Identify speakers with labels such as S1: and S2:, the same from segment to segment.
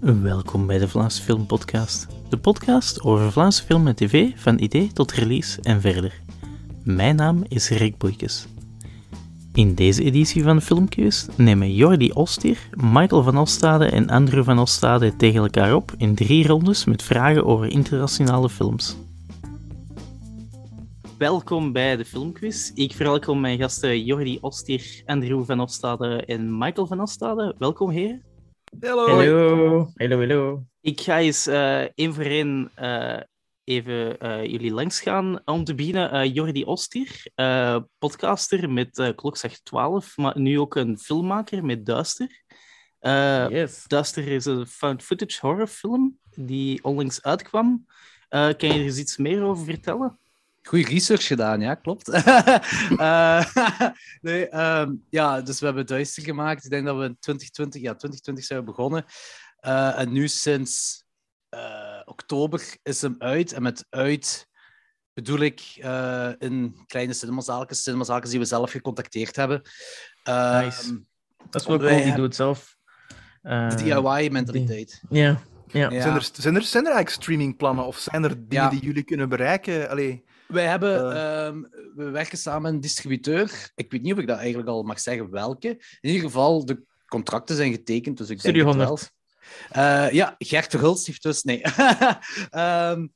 S1: Welkom bij de Vlaamse Film Podcast. De podcast over Vlaamse film en tv van idee tot release en verder. Mijn naam is Rick Boeikes. In deze editie van de Filmkeus nemen Jordi Ostier, Michael van Ostade en Andrew van Ostade tegen elkaar op in drie rondes met vragen over internationale films. Welkom bij de Filmquiz. Ik verwelkom mijn gasten Jordi Ostier, Andrew van Ostade en Michael van Ostade. Welkom heren.
S2: Hallo.
S3: Hallo, hallo, hallo.
S1: Ik ga eens eh, één voor één eh, even eh, jullie langs gaan. Om te beginnen, eh, Jordi Ostier, eh, podcaster met eh Klokslag 12, maar nu ook een filmmaker met Duister. Eh,
S3: Yes.
S1: Duister is een found footage horrorfilm die onlangs uitkwam. Eh, kan je er eens iets meer over vertellen?
S2: Goeie research gedaan, ja, klopt. Eh, nee, ehm, ja, dus we hebben Duister gemaakt. Ik denk dat we in 2020, ja, 2020 zijn we begonnen. Eh, en nu sinds eh, oktober is hem uit. En met uit bedoel ik eh, in kleine cinemazaaltjes, cinemazaaltjes die we zelf gecontacteerd hebben. Ehm,
S3: Nice. Dat is
S2: Wij
S3: wel cool, die
S2: hebben-
S3: doet het zelf. Eh,
S2: De DIY-mentaliteit.
S3: Ja, ja.
S2: Ja.
S4: Zijn, er, zijn, er, zijn er eigenlijk streamingplannen of zijn er dingen
S2: Ja.
S4: die jullie kunnen bereiken? Allee,
S2: Wij hebben,
S4: Eh.
S2: ehm, we werken samen met een distributeur. Ik weet niet of ik dat eigenlijk al mag zeggen welke. In ieder geval, de contracten zijn getekend, dus ik
S3: Studio
S2: denk het
S3: 100.
S2: wel. Eh, ja, Gert Verhulst heeft dus, nee. Ehm,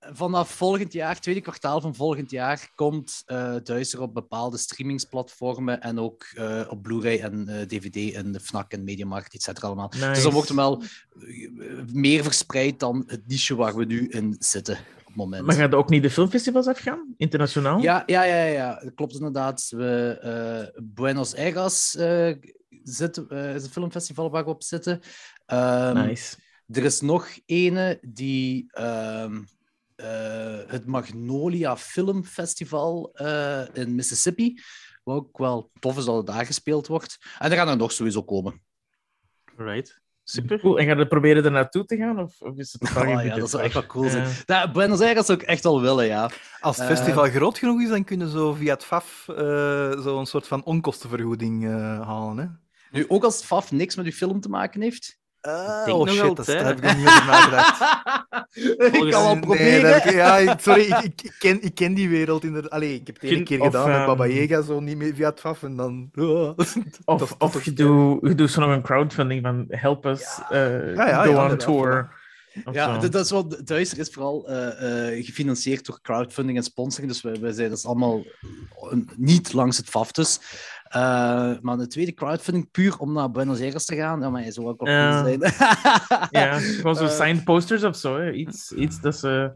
S2: vanaf volgend jaar, tweede kwartaal van volgend jaar, komt eh Duister op bepaalde streamingsplatformen en ook eh, op Blu-ray en eh, DVD en de FNAC en Mediamarkt, et cetera allemaal.
S3: Nice.
S2: Dus dan wordt hem wel eh, meer verspreid dan het niche waar we nu in zitten op het moment.
S3: Maar gaat er ook niet de filmfestivals afgaan? Internationaal?
S2: Ja, ja, ja, ja, dat klopt inderdaad. We, eh, Buenos Aires eh, zitten, eh, is een filmfestival waar we op zitten. Ehm,
S3: Nice.
S2: Er is nog ene die ehm, eh, het Magnolia Film Festival eh, in Mississippi. Wat ook wel tof is dat het daar gespeeld wordt. En er gaan er nog sowieso komen.
S1: Right. Super.
S3: Cool. En gaat er proberen er naartoe te gaan? Of, of is het een
S2: Oh,
S3: vraag in
S2: ja, dat zou echt wel
S3: budget?
S2: cool zijn.
S3: Ja.
S2: Ja, Buenos Aires zou ik echt wel willen, ja.
S4: als het
S2: Eh.
S4: festival groot genoeg is, dan kunnen zo via het FAF eh zo'n soort van onkostenvergoeding eh, halen. Hè?
S2: Nu, ook als het FAF niks met uw film te maken heeft.
S4: Ah,
S1: denk
S4: oh
S1: nog
S4: shit,
S1: wel
S4: dat
S1: tijd.
S4: daar heb ik nog niet over nagedacht.
S2: ik kan wel
S4: Nee,
S2: proberen.
S4: dat heb ik- ja, ik- sorry, ik, ik, ik ken, ik ken die wereld inderdaad. Allee, ik heb het
S3: Kun-
S4: één keer
S3: of,
S4: gedaan met
S3: ehm,
S4: Baba Yaga, zo niet meer via het FAF en dan...
S3: Of,
S4: Dat- dat
S3: of
S4: is-
S3: je doet je doet zo nog een crowdfunding van help us eh,
S4: Ja, ja,
S3: go
S4: ja,
S3: on
S4: inderdaad,
S3: tour. Of
S2: Ja,
S3: zo.
S2: dat, dat is wat. Duister is vooral eh, eh, gefinancierd door crowdfunding en sponsoring. Dus wij, wij zijn dat is allemaal een- niet langs het FAF. Dus. Eh, maar de tweede crowdfunding puur om naar Buenos Aires te gaan. Ja, maar hij zou ook wel
S3: Ja.
S2: cool zijn.
S3: Ja, gewoon zo
S2: Eh.
S3: signed posters of zo. hè. Iets, iets dat ze...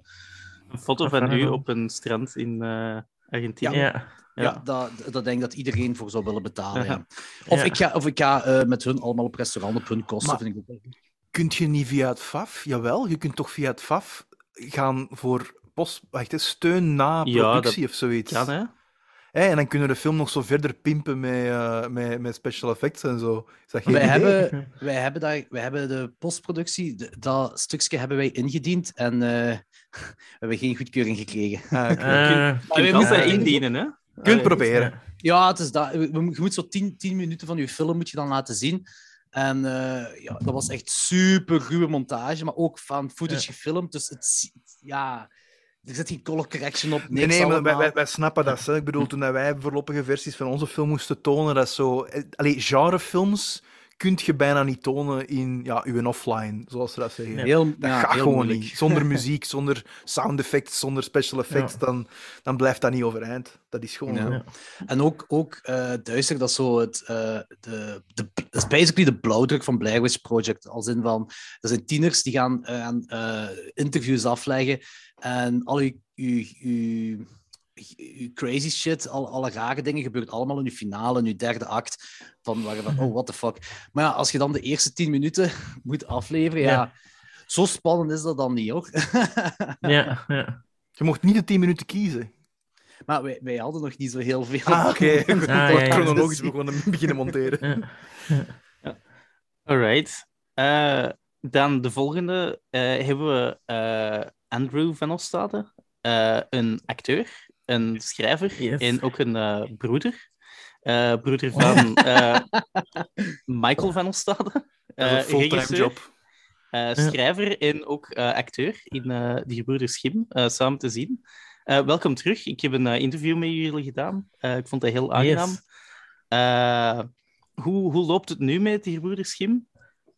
S1: Een foto
S3: Wat
S1: van
S3: gaan we
S1: u
S3: doen?
S1: op een strand in eh, Argentinië.
S3: Ja.
S2: Ja, dat, dat denk ik dat iedereen voor zou willen betalen. Ja. Of,
S3: Ja.
S2: Ik ga, of ik ga eh, met hun allemaal op restaurant op hun kosten.
S4: Maar-
S2: vind ik ook wel goed.
S4: Kunt je niet via het FAF? Jawel, je kunt toch via het FAF gaan voor post, wacht, hè, steun na
S1: Ja, dat
S4: productie of zoiets.
S1: Kan, hè?
S4: Hé, en dan kunnen we de film nog zo verder pimpen met, eh, met, met special effects en zo. Is dat geen
S2: Wij
S4: idee?
S2: hebben, wij, hebben daar, wij hebben de postproductie, de- dat stukje hebben wij ingediend en eh, we hebben geen goedkeuring gekregen.
S4: Ah, oké.
S3: Eh,
S1: Je
S2: we
S1: kunt
S2: moeten
S1: dat
S2: eigenlijk-
S1: indienen, hè?
S4: Je kunt proberen.
S2: dus Ja, het is dat. We- we- Je moet zo 10, 10 minuten van je film moet je dan laten zien. En eh, ja, dat was echt super ruwe montage, maar ook van footage gefilmd. Dus het, zi- ja, er zit geen color correction op. Niks
S4: Nee, nee, maar wij,
S2: allemaal.
S4: wij, wij snappen dat. Hè. Ik bedoel, toen dat wij voorlopige versies van onze film moesten tonen, dat is zo... eh, Allee, genrefilms kun je bijna niet tonen in ja, uw offline, zoals ze dat zeggen.
S3: Nee.
S2: heel,
S4: Dat
S2: ja,
S4: gaat
S2: heel
S4: gewoon
S2: moeilijk.
S4: niet. Zonder muziek, zonder sound effects, zonder special effects, dan, dan blijft dat niet overeind. Dat is gewoon...
S2: Ja.
S4: zo.
S3: Ja.
S2: En ook, ook eh, Duister, dat is zo het... eh, de, de, dat is basically de blauwdruk van Blair Witch Project. Als in van, er zijn tieners die gaan eh, aan eh, interviews afleggen en al uw, uw, uw, uw crazy shit, al, alle rare dingen, gebeurt allemaal in uw finale, in uw derde act, van waar je van, oh, what the fuck. Maar ja, als je dan de eerste tien minuten moet afleveren, ja...
S3: Ja.
S2: Zo spannend is dat dan niet, hoor.
S3: Ja, ja.
S4: Je mocht niet de 10 minuten kiezen.
S2: maar wij, wij hadden nog niet zo heel veel. dus
S4: Ah, oké.
S3: Ah, ja, ja.
S4: Chronologisch begonnen, beginnen
S2: Eh,
S4: monteren.
S3: ja.
S1: Alright. Eh, dan de volgende eh, hebben we eh, Andrew van Ostade, eh, een acteur, een schrijver
S3: Yes.
S1: en ook een eh, broeder. Eh, broeder van eh, Michael van Ostade.
S4: Dat is
S1: eh,
S4: een fulltime
S1: regisseur.
S4: job.
S1: eh, schrijver en ook eh, acteur in eh De Gebroeders Schim, eh, samen te zien. Eh, welkom terug. Ik heb een eh, interview met jullie gedaan. Eh, ik vond dat heel aangenaam.
S3: Yes.
S1: Eh, hoe, hoe loopt het nu met De Gebroeders Schim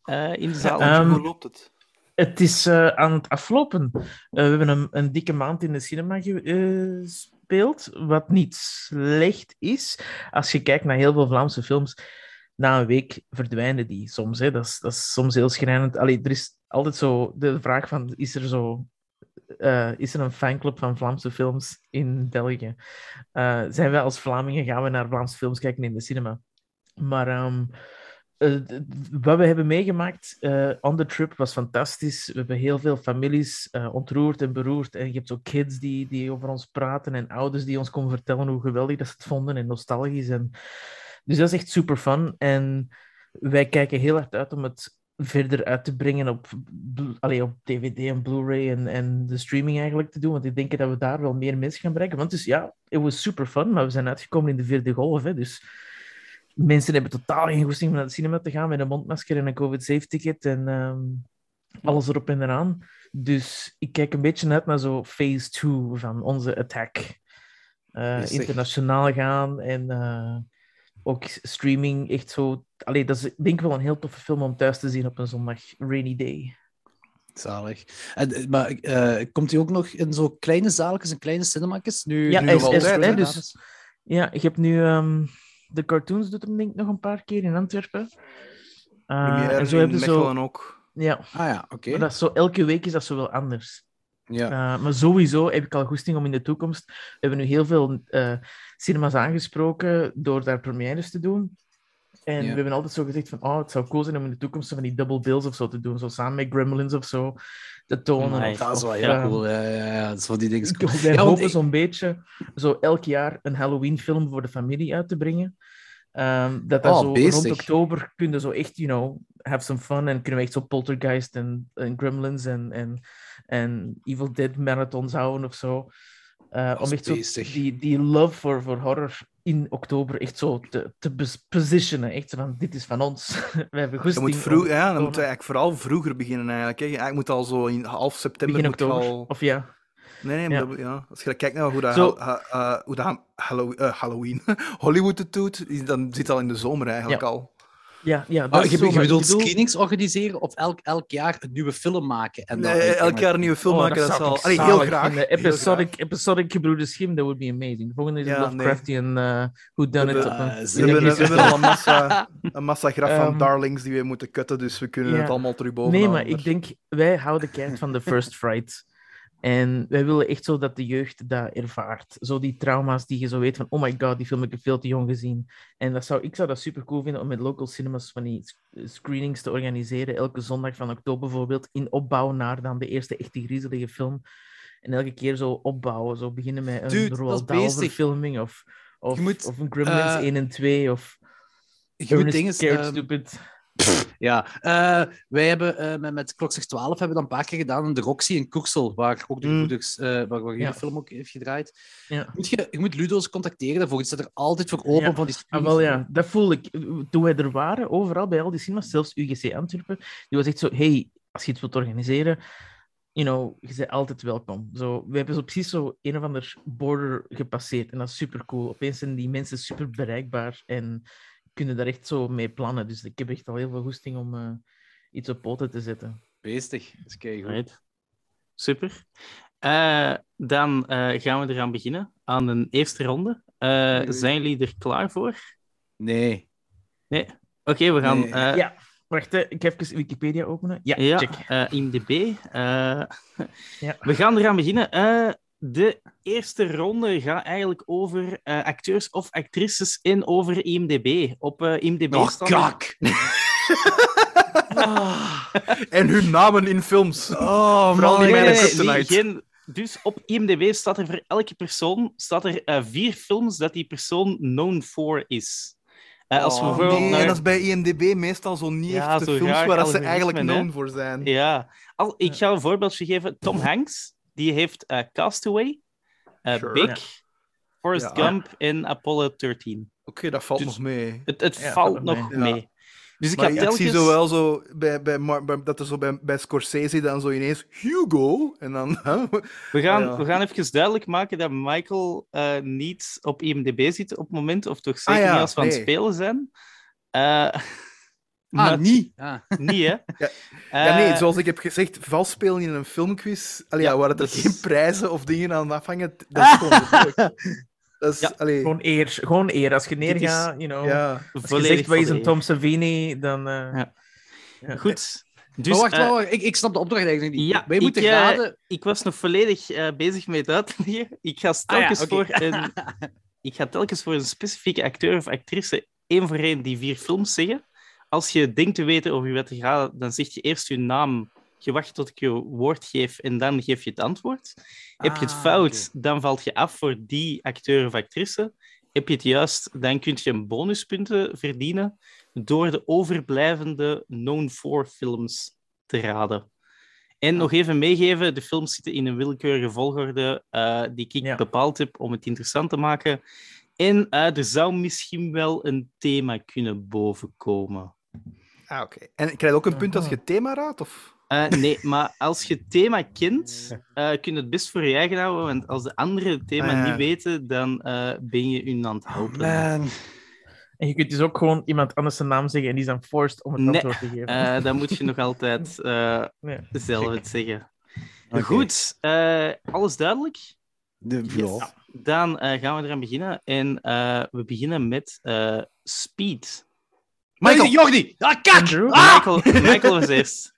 S1: eh, in de zaal?
S3: Ehm,
S4: Hoe loopt het?
S3: Het is eh, aan het aflopen. Eh, we hebben een, een dikke maand in de cinema eh, gespeeld, wat niet slecht is. Als je kijkt naar heel veel Vlaamse films, na een week verdwijnen die soms. Hè. Dat, is, dat is soms heel schrijnend. Allee, er is altijd zo de vraag van, is er zo... eh, is er een fanclub van Vlaamse films in België? Eh, zijn wij als Vlamingen, gaan we naar Vlaamse films kijken in de cinema? Maar ehm, eh, d- d- wat we hebben meegemaakt eh, on the trip was fantastisch. We hebben heel veel families eh, ontroerd en beroerd. En je hebt ook kids die, die over ons praten en ouders die ons komen vertellen hoe geweldig dat ze het vonden en nostalgisch. En... Dus dat is echt super fun. En wij kijken heel hard uit om het verder uit te brengen op, blu- allee, op DVD en Blu-ray en, en de streaming eigenlijk te doen. Want ik denk dat we daar wel meer mensen gaan bereiken. Want dus ja, het was super fun, maar we zijn uitgekomen in de vierde golf. Hè, dus mensen hebben totaal geen goesting om naar de cinema te gaan met een mondmasker en een COVID-safe-ticket en ehm, alles erop en eraan. Dus ik kijk een beetje uit naar zo phase 2 van onze attack. Eh,
S2: Yes, zeg.
S3: internationaal gaan en eh, ook streaming. Echt zo. Allee, dat is denk ik wel een heel toffe film om thuis te zien op een zondag. Rainy Day.
S2: Zalig. En, eh, maar eh, komt hij ook nog in zo'n kleine zaaltjes en kleine cinemakjes? Nu,
S3: Ja,
S2: nu
S3: hij
S2: nog
S4: is- is-
S2: altijd,
S4: hè,
S2: gedaan
S3: dus-
S2: is.
S3: Ja, ik heb nu. ehm, de cartoons doet hem denk ik nog een paar keer in Antwerpen. Eh,
S4: Première
S3: en zo
S4: in
S3: hebben ze zo.
S4: Mechelen ook.
S3: Ja,
S2: Ah ja, oké.
S3: maar dat is zo, elke week is dat zo wel anders.
S2: Ja.
S3: Uh, maar sowieso heb ik al goesting om in de toekomst. We hebben nu heel veel eh, cinema's aangesproken door daar premières te doen. En
S2: Ja.
S3: we hebben altijd zo gezegd van, oh, het zou cool zijn om in de toekomst zo van die double bills of zo te doen. Zo samen met Gremlins of zo te tonen.
S1: Amai.
S3: Of-
S2: Dat is wel
S3: of,
S2: heel
S3: eh,
S2: cool. Ja, ja, ja. Dat is van die dingen. is
S3: ik-
S2: cool.
S3: Wij
S2: Ja, want
S3: hopen
S2: ik-
S3: zo'n beetje zo elk jaar een Halloween-film voor de familie uit te brengen. Ehm, dat dat
S2: Oh,
S3: zo rond
S2: bezig.
S3: oktober kunnen zo echt, you know, have some fun. En kunnen we echt zo Poltergeist en, en Gremlins en, en, en Evil Dead marathons houden of zo. Eh,
S2: Dat
S3: om
S2: is
S3: echt zo
S2: bezig.
S3: die, die love voor, voor horror in oktober echt zo te, te bes- positionen. Echt zo van, dit is van ons. we hebben
S4: Je
S3: goesting
S4: moet vroeg,
S3: om-
S4: ja, dan
S3: tonen.
S4: moet je eigenlijk vooral vroeger beginnen eigenlijk. Hè. Je eigenlijk moet al zo in half september
S3: begin
S4: moet je
S3: oktober.
S4: al...
S3: Of ja,
S4: Nee, nee,
S3: Ja.
S4: maar dat moet- ja. als je kijkt naar hoe dat,
S3: Zo-
S4: ha- ha- eh, hoe dat Hallo- eh, Halloween, Hollywood het doet, is- dan zit al in de zomer eigenlijk
S3: Ja.
S4: al.
S3: ja, ja dat
S2: Ah,
S3: is
S2: je,
S3: zo,
S2: je
S3: maar ik
S2: bedoelt
S3: bedoel-
S2: screenings organiseren of elk, elk jaar een nieuwe film maken? En dan
S4: Nee, elk jaar een nieuwe film
S3: Oh,
S4: maken, dat,
S3: zou
S4: zal...
S3: ik
S4: Allee, heel
S3: zalig
S4: graag.
S3: vinden.
S4: heel graag.
S3: Episodic, episodic Gebroeders Schim, that would be amazing. De volgende is
S4: Ja,
S3: een
S4: nee.
S3: Lovecraftian uh, Who Done It.
S4: We-
S3: op een-
S2: eh,
S4: We hebben, we hebben al een massa, een massa graf
S3: Ehm,
S4: van darlings die we moeten cutten, dus we kunnen
S3: ja.
S4: het allemaal terug boven
S3: Nee, maar
S4: halen.
S3: ik denk, wij houden keihard van de first fright. En wij willen echt zo dat de jeugd dat ervaart. Zo die trauma's die je zo weet van, oh my god, die film heb ik veel te jong gezien. En dat zou, ik zou dat super cool vinden om met local cinemas van die sc- screenings te organiseren. Elke zondag van oktober bijvoorbeeld, in opbouw naar dan de eerste echte griezelige film. En elke keer zo opbouwen, zo beginnen met een
S2: Dude, dat is
S3: Roald Dahl
S2: bezig.
S3: verfilming of, of,
S2: Je moet,
S3: of een Gremlins
S2: eh,
S3: 1 en 2 of
S2: Je moet
S3: Ernest
S2: dingen...
S3: Scared
S2: ehm,
S3: Stupid.
S2: Ja, eh, wij hebben eh, met, met Klokzeg 12 hebben we dat een paar keer gedaan in de Roxy in Koeksel, waar ook de
S4: Mm.
S2: broeders, eh, waar, waar jullie
S3: Ja.
S2: film ook heeft gedraaid.
S3: Ja.
S2: Moet je, je moet Ludo's contacteren daarvoor, die staat er altijd voor open
S3: Ja.
S2: van die
S3: Ah, wel ja, dat voel ik. Toen wij er waren, overal bij al die cinemas, zelfs UGC Antwerpen, die was echt zo: hey, als je iets wilt organiseren, you know, je bent altijd welkom. Zo, we hebben zo precies zo een of ander border gepasseerd en dat is super cool. Opeens zijn die mensen super bereikbaar en kunnen daar echt zo mee plannen. Dus ik heb echt al heel veel goesting om eh, iets op poten te zetten.
S2: Beestig, dat is keigoed.
S1: Right. Super. Eh, dan eh, gaan we eraan beginnen, aan een eerste ronde. Eh,
S4: Oei.
S1: Zijn jullie er klaar voor?
S2: Nee.
S1: Oké, we gaan...
S2: Nee.
S1: eh,
S3: ja, wacht, hè, ik ga even Wikipedia openen. Ja,
S1: Ja,
S3: check.
S1: eh, IMDb. eh,
S3: Ja.
S1: We gaan eraan beginnen. Eh, de eerste ronde gaat eigenlijk over eh, acteurs of actrices en over IMDb. Op eh, IMDb
S2: Oh,
S1: staan er-
S2: kak! Ah,
S4: En hun namen in films.
S2: oh,
S4: Vooral
S2: man,
S4: die
S2: ik-
S1: Nee, nee,
S4: Mijn
S1: nee, nee,
S4: kryptonite.
S1: geen- Dus op IMDb staat er voor elke persoon staat er, eh, vier films dat die persoon known for is. Eh, als we
S2: Oh,
S1: bijvoorbeeld
S4: nee,
S1: naar-
S4: en dat is bij IMDb meestal zo niet
S1: Ja,
S4: echt de
S1: zo
S4: films
S1: raar
S4: waar dat ze
S1: algoritme,
S4: eigenlijk
S1: hè.
S4: known voor zijn.
S1: Ja, Al, ik ga een voorbeeldje geven. Tom
S4: Mhm.
S1: Hanks, die heeft eh, Castaway, eh,
S4: Sure.
S1: Big, Forrest
S4: Ja.
S1: Gump en Apollo 13.
S4: Oké, dat valt
S1: Dus-
S4: nog mee.
S1: Het, het
S3: Ja,
S1: valt
S3: dat
S1: nog
S4: mee.
S1: mee.
S4: Ja.
S2: Dus ik
S4: Maar
S2: heb
S4: ik,
S2: telkens...
S4: zie zo wel zo bij, bij, Mar- bij- dat er zo bij, bij Scorsese dan zo ineens Hugo en dan
S1: We gaan,
S4: Ah, ja.
S1: we gaan even duidelijk maken dat Michael eh, niet op IMDb zit op het moment, of toch zeker
S4: Ah, ja,
S1: niet als we aan het
S4: nee.
S1: spelen zijn. Eh,
S2: Ah,
S1: maar-
S2: niet. Ah.
S1: niet, hè?
S4: Ja. ja, nee,
S1: Eh,
S4: zoals ik heb gezegd, vals spelen in een filmquiz, allee,
S1: Ja,
S4: ja, waar dat er
S1: dat is-
S4: geen prijzen of dingen aan afhangen, dat is gewoon de druk. Dat is,
S1: Ja,
S4: allee,
S3: Gewoon eer. Gewoon eer. Als je
S1: Dit is-
S3: neergaat, you know.
S4: ja.
S3: Als je
S1: Eh, volledig
S3: zegt, wij
S1: voor de
S3: zijn
S1: eer.
S3: Tom Savini, dan... eh,
S1: Ja.
S3: ja.
S1: Goed. Dus,
S2: maar wacht,
S1: eh,
S2: wacht, wacht, Ik, ik snap de opdracht eigenlijk niet.
S1: ja,
S2: Wij moeten
S1: ik, eh,
S2: raden...
S1: ik was nog volledig eh, bezig met het uitleggen. Ik ga
S2: Ah ja,
S1: telkens,
S2: oké.
S1: voor een, ik ga telkens voor een specifieke acteur of actrice één voor één die vier films zeggen. Als je denkt te weten over wie het gaat, dan zeg je eerst je naam. Je wacht tot ik je woord geef en dan geef je het antwoord. Heb je het
S2: Ah,
S1: fout, dan valt je af voor die acteur of actrice. Heb je het juist, dan kun je een bonuspunten verdienen door de overblijvende known for films te raden. En nog even meegeven, de films zitten in een willekeurige volgorde eh, die ik
S3: Ja.
S1: bepaald heb om het interessant te maken. En eh, er zou misschien wel een thema kunnen bovenkomen.
S4: Ah, oké. En krijg je ook een punt als
S3: Aha.
S4: je het thema raadt? Of...
S1: Eh, nee, maar als je het thema kent, eh kun je het best voor je eigen houden. Want als de anderen het thema
S4: Ah, ja.
S1: niet weten, dan eh, ben je hun aan het helpen.
S2: Man.
S3: En je kunt dus ook gewoon iemand anders zijn naam zeggen en die is dan forced om het
S1: Nee.
S3: antwoord te geven.
S1: Eh, dan moet je nog altijd eh,
S3: Nee.
S1: zelf het zeggen.
S2: Oké.
S1: Goed, eh, alles duidelijk?
S2: De, ja.
S1: Dan eh, gaan we eraan beginnen. En eh, we beginnen met eh, Speed.
S2: Michael.
S4: Michael,
S2: Jordi! Ah, kak!
S3: Andrew?
S2: Ah!
S1: Michael, Michael was eerst.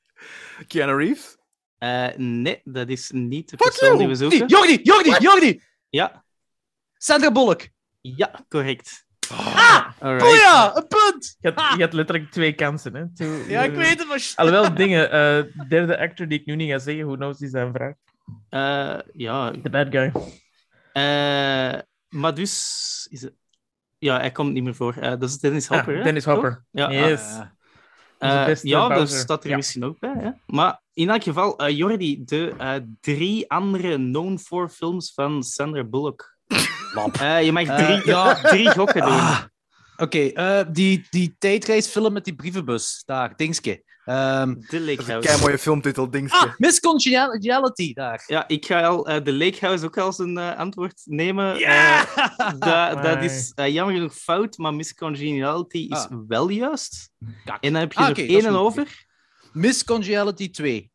S4: Keanu Reeves?
S1: Eh, nee, dat is niet de
S4: Fuck
S1: persoon
S4: you!
S1: die we zoeken.
S2: Jordi, Jordi, Jordi, Jordi!
S1: Ja,
S2: Sandra Bullock.
S1: ja, correct.
S2: Ah!
S1: Alright.
S2: Oh ja, een punt!
S3: Je, had,
S4: Ah!
S3: je had letterlijk twee kansen. Hè? Toen-
S2: Ja, ik weet het, maar...
S1: Ah,
S2: shit.
S3: Alhoewel, dingen. eh, derde actor die ik nu niet ga zeggen, who knows, is zijn Ah, vraag.
S1: Eh, ja,
S3: The bad guy.
S1: Eh, maar dus... Is het... Ja, hij komt niet meer voor. Eh, dat is Dennis
S3: Ah,
S1: Hopper, hè?
S3: Dennis
S1: Toch?
S3: Hopper.
S1: Ja, ah,
S3: Yes.
S2: Ah.
S3: onze
S1: eh,
S3: beste
S1: ja dat
S3: Bowser.
S1: staat er
S3: Ja.
S1: misschien ook bij. Hè? Maar in elk geval, eh, Jordi, de eh, drie andere known for films van Sandra Bullock. Eh, je mag drie,
S2: Eh, ja.
S1: drie gokken doen.
S2: Ah. Oké, eh, die, die tijdreisfilm met die brievenbus. Daar, dingske. Ehm
S1: De
S4: Dat is
S1: Lake
S4: een
S1: House.
S4: kei mooie filmtitel, dingske.
S2: ah, Miscongeniality, daar.
S1: Ja, ik ga al eh, de Lake House ook als een eh, antwoord nemen.
S2: Ja!
S1: Eh, da- dat
S3: Amai.
S1: is eh, jammer genoeg fout, maar miscongeniality is
S2: Ah.
S1: wel juist.
S2: Kak.
S1: En dan heb je
S2: Ah,
S1: er
S2: oké, dat
S1: één
S2: is
S1: en
S2: goed.
S1: over.
S2: Miscongeniality 2.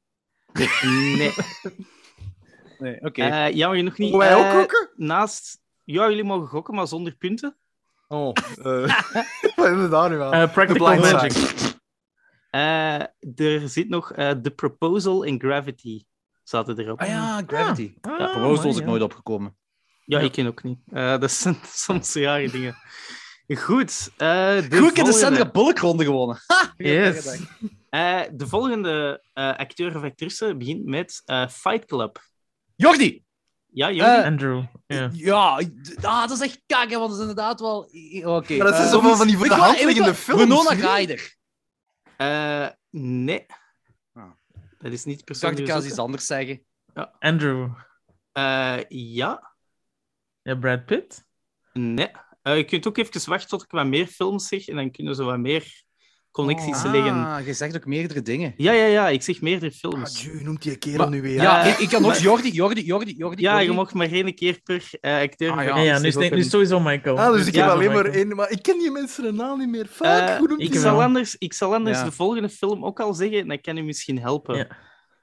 S1: Nee.
S2: Nee, oké.
S1: Eh, jammer genoeg niet.
S4: Mogen wij ook
S1: Eh,
S4: gokken?
S1: Naast... Ja, jullie mogen gokken, maar zonder punten.
S4: Oh, eh, wat hebben we daar nu aan?
S3: Eh,
S4: The
S3: Practical
S4: Blind Side.
S3: Magic.
S1: Eh, er zit nog eh, The Proposal en Gravity zaten erop.
S2: ah ja, Gravity.
S3: Ah,
S1: Ja,
S2: Proposal
S3: mooi,
S2: is ik
S3: ja.
S2: nooit opgekomen.
S1: Ja, ik ken ook niet. Eh, dat zijn soms rare dingen. Goed. eh, de
S2: Goed, ik heb de
S1: volgende.
S2: Sandra Bullock ronde gewonnen. Ha!
S3: Yes.
S1: Eh, de volgende eh, acteur of actrice begint met eh, Fight Club.
S2: Jordi!
S1: Ja, Jordi?
S2: Eh,
S3: Andrew. Ja.
S2: Ja, d- ah, dat is echt kak, hè, want dat is inderdaad wel... i- Oké.
S4: Maar dat
S2: eh,
S4: zijn zo van die voor de
S2: ik wou-
S4: hand
S2: ik
S4: liggende
S2: wou-
S4: films.
S2: Winona
S4: niet?
S2: Ryder.
S1: Eh, nee.
S2: Ah.
S1: Dat is niet de
S2: Ik
S1: persoon
S2: dacht,
S1: die
S2: ik
S1: we
S2: kan eens iets
S1: zoeken.
S2: anders zeggen.
S3: Andrew.
S1: Eh, ja,
S3: Ja, Brad Pitt.
S1: nee. Eh, je kunt ook even wachten tot ik wat meer films zeg en dan kunnen ze wat meer connecties
S3: Oh.
S1: leggen.
S2: Ah, je zegt ook meerdere dingen.
S1: Ja, ja, ja, ik zeg meerdere
S4: Ah,
S1: films.
S4: Jew, noemt die kerel
S2: Maar-
S4: nu weer.
S2: Ja,
S1: Ja,
S2: ik, ik kan ook Jordi, Jordi, Jordi, Jordi.
S1: ja, je
S2: Jordi.
S1: mag maar één keer per eh, acteur.
S2: Ah,
S1: of
S2: ja.
S3: Ja,
S1: actrice
S3: nu, is,
S1: ook
S3: nu is
S1: een-
S3: sowieso Michael.
S4: Ah, dus ik heb
S1: Ja,
S4: alleen maar
S3: Michael.
S4: één, maar ik ken die mensen hun naam niet meer. Fuck,
S1: Eh,
S4: hoe noemt
S1: ik,
S4: die nou?
S1: zal
S4: naam?
S1: anders, ik zal anders
S2: Ja.
S1: de volgende film ook al zeggen en dat kan u misschien helpen.
S3: Ja.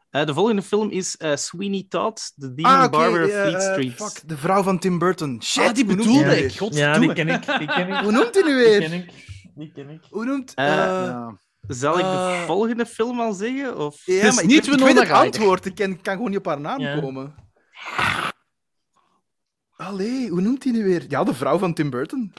S1: Eh, de volgende film is eh, Sweeney Todd, The Demon
S4: Ah, oké,
S1: Barber of
S4: eh,
S1: Fleet
S4: eh,
S1: Street.
S4: fuck, de vrouw van Tim Burton. Shit,
S2: Ah, die
S4: hoe noemt
S2: bedoelde
S4: die
S3: ja.
S2: ik.
S4: weer?
S3: Ja, die
S2: Godverdomme.
S3: ken ik. Die ken ik.
S4: Hoe noemt die nu
S3: Die ken
S4: weer?
S3: ik. Die ken ik.
S4: Hoe noemt...
S1: Eh,
S4: eh,
S2: Ja.
S1: Zal ik de
S4: Eh.
S1: volgende film al zeggen? Of...
S4: Ja,
S2: Het is
S4: maar
S2: niet
S4: ik, weet-
S2: Winona
S4: ik weet het
S2: Ryder.
S4: antwoord. Ik ken, kan gewoon niet op haar naam
S3: Ja.
S4: komen. Allee, hoe noemt die nu weer? Ja, de vrouw van Tim Burton.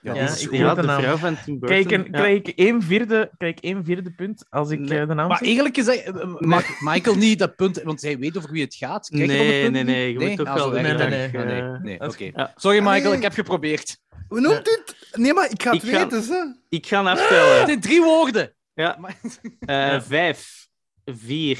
S2: Ja,
S3: Ja,
S2: dat is
S3: ik
S2: goed.
S3: hoor
S1: Ja,
S3: de
S1: de
S3: naam.
S1: vrouw van Tim Burton.
S3: Kijk, een,
S1: ja.
S3: krijg, ik één vierde, krijg ik één vierde punt als ik
S1: Nee.
S3: eh, de naam
S2: Maar
S3: zeg?
S2: eigenlijk is dat, eh, mag Michael niet dat punt, want hij weet over wie het gaat. Kijk
S1: Nee,
S2: op het punt
S1: nee,
S2: niet?
S1: nee, je moet toch
S2: Ah,
S1: wel
S2: zo werkt
S3: weten
S2: dat
S3: dat
S2: niet.
S1: ik,
S2: Ah, nee,
S1: eh,
S2: nee,
S1: dat
S2: oké.
S1: ja.
S2: Sorry Michael,
S4: Nee.
S2: ik heb geprobeerd.
S4: Hoe noemt dit? Nee, maar ik ga het
S1: Ik ga-
S4: weten, ze.
S1: Ik ga aftellen.
S2: Het zijn drie woorden.
S1: Ja.
S2: Maar-
S1: Eh,
S3: Ja.
S1: Vijf, vier,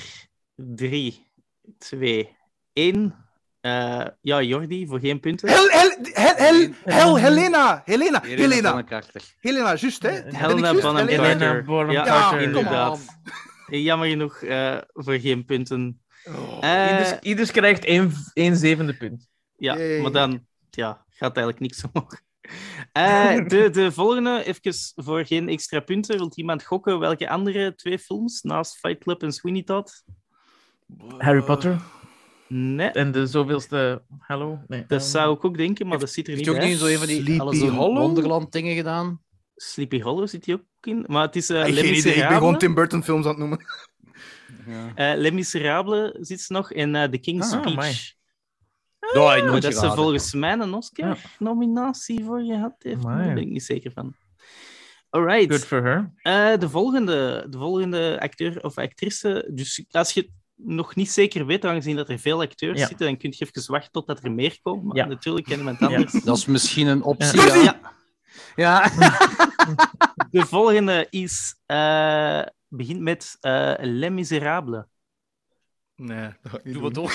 S1: drie, twee, één. Eh, Eh, ja, Jordi, voor geen punten.
S4: Hel, hel, hel, hel, hel, Helena! Helena!
S2: Helena.
S4: Helena! Helena, juist, hè? Ben ik
S1: Helena
S4: juist?
S1: Bonham
S4: Helena.
S1: Carter.
S3: Helena Bonham
S1: Ja,
S4: Ja,
S3: Carter,
S4: kom
S1: inderdaad.
S4: aan.
S1: Eh, Jammer genoeg eh, voor geen punten.
S4: Oh.
S1: Eh,
S3: Ieders, ieders krijgt één, één zevende punt.
S1: ja,
S4: jee.
S1: maar dan ja, gaat eigenlijk niks omhoog. Eh, de, de volgende, even voor geen extra punten. Wilt iemand gokken welke andere twee films naast Fight Club en Sweeney Todd?
S3: Harry Potter
S1: Nee,
S3: en de zoveelste... Hallo? Nee.
S1: dat
S3: eh,
S1: zou ik ook denken, maar dat zit er
S2: Heeft
S1: niet
S2: je ook
S1: bij.
S2: niet zo even die
S4: Sleepy
S2: Alice in
S4: Hollow?
S2: Wonderland dingen gedaan?
S1: Sleepy Hollow zit hier ook in. Maar het is eh
S4: Ah, Ik,
S1: Les
S4: geen idee, ik ben gewoon
S1: Miserables.
S4: Tim Burton films aan het noemen.
S2: Ja,
S1: Eh, Les Miserables zit ze nog en eh The King's
S2: Ah,
S1: Speech.
S3: amai.
S2: ja.
S1: Maar dat ze volgens mij een Oscar-nominatie voor gehad heeft. maar Daar
S3: Amai.
S1: ben ik niet zeker van.
S3: Good
S1: Alright.
S3: for her.
S1: Eh, de, volgende, de volgende acteur of actrice. Dus als je het nog niet zeker weet, aangezien dat er veel acteurs
S3: Ja.
S1: zitten, dan kun je even wachten totdat er meer komen. Maar
S3: Ja.
S1: natuurlijk ken iemand
S3: Ja.
S1: anders.
S2: Dat is misschien een optie.
S4: Ja.
S2: Ja.
S1: Ja.
S2: Ja.
S1: De volgende is, eh, begint met eh Les Miserables.
S4: Nee, dat ga ik niet
S2: Doe het
S4: doen.
S2: ook.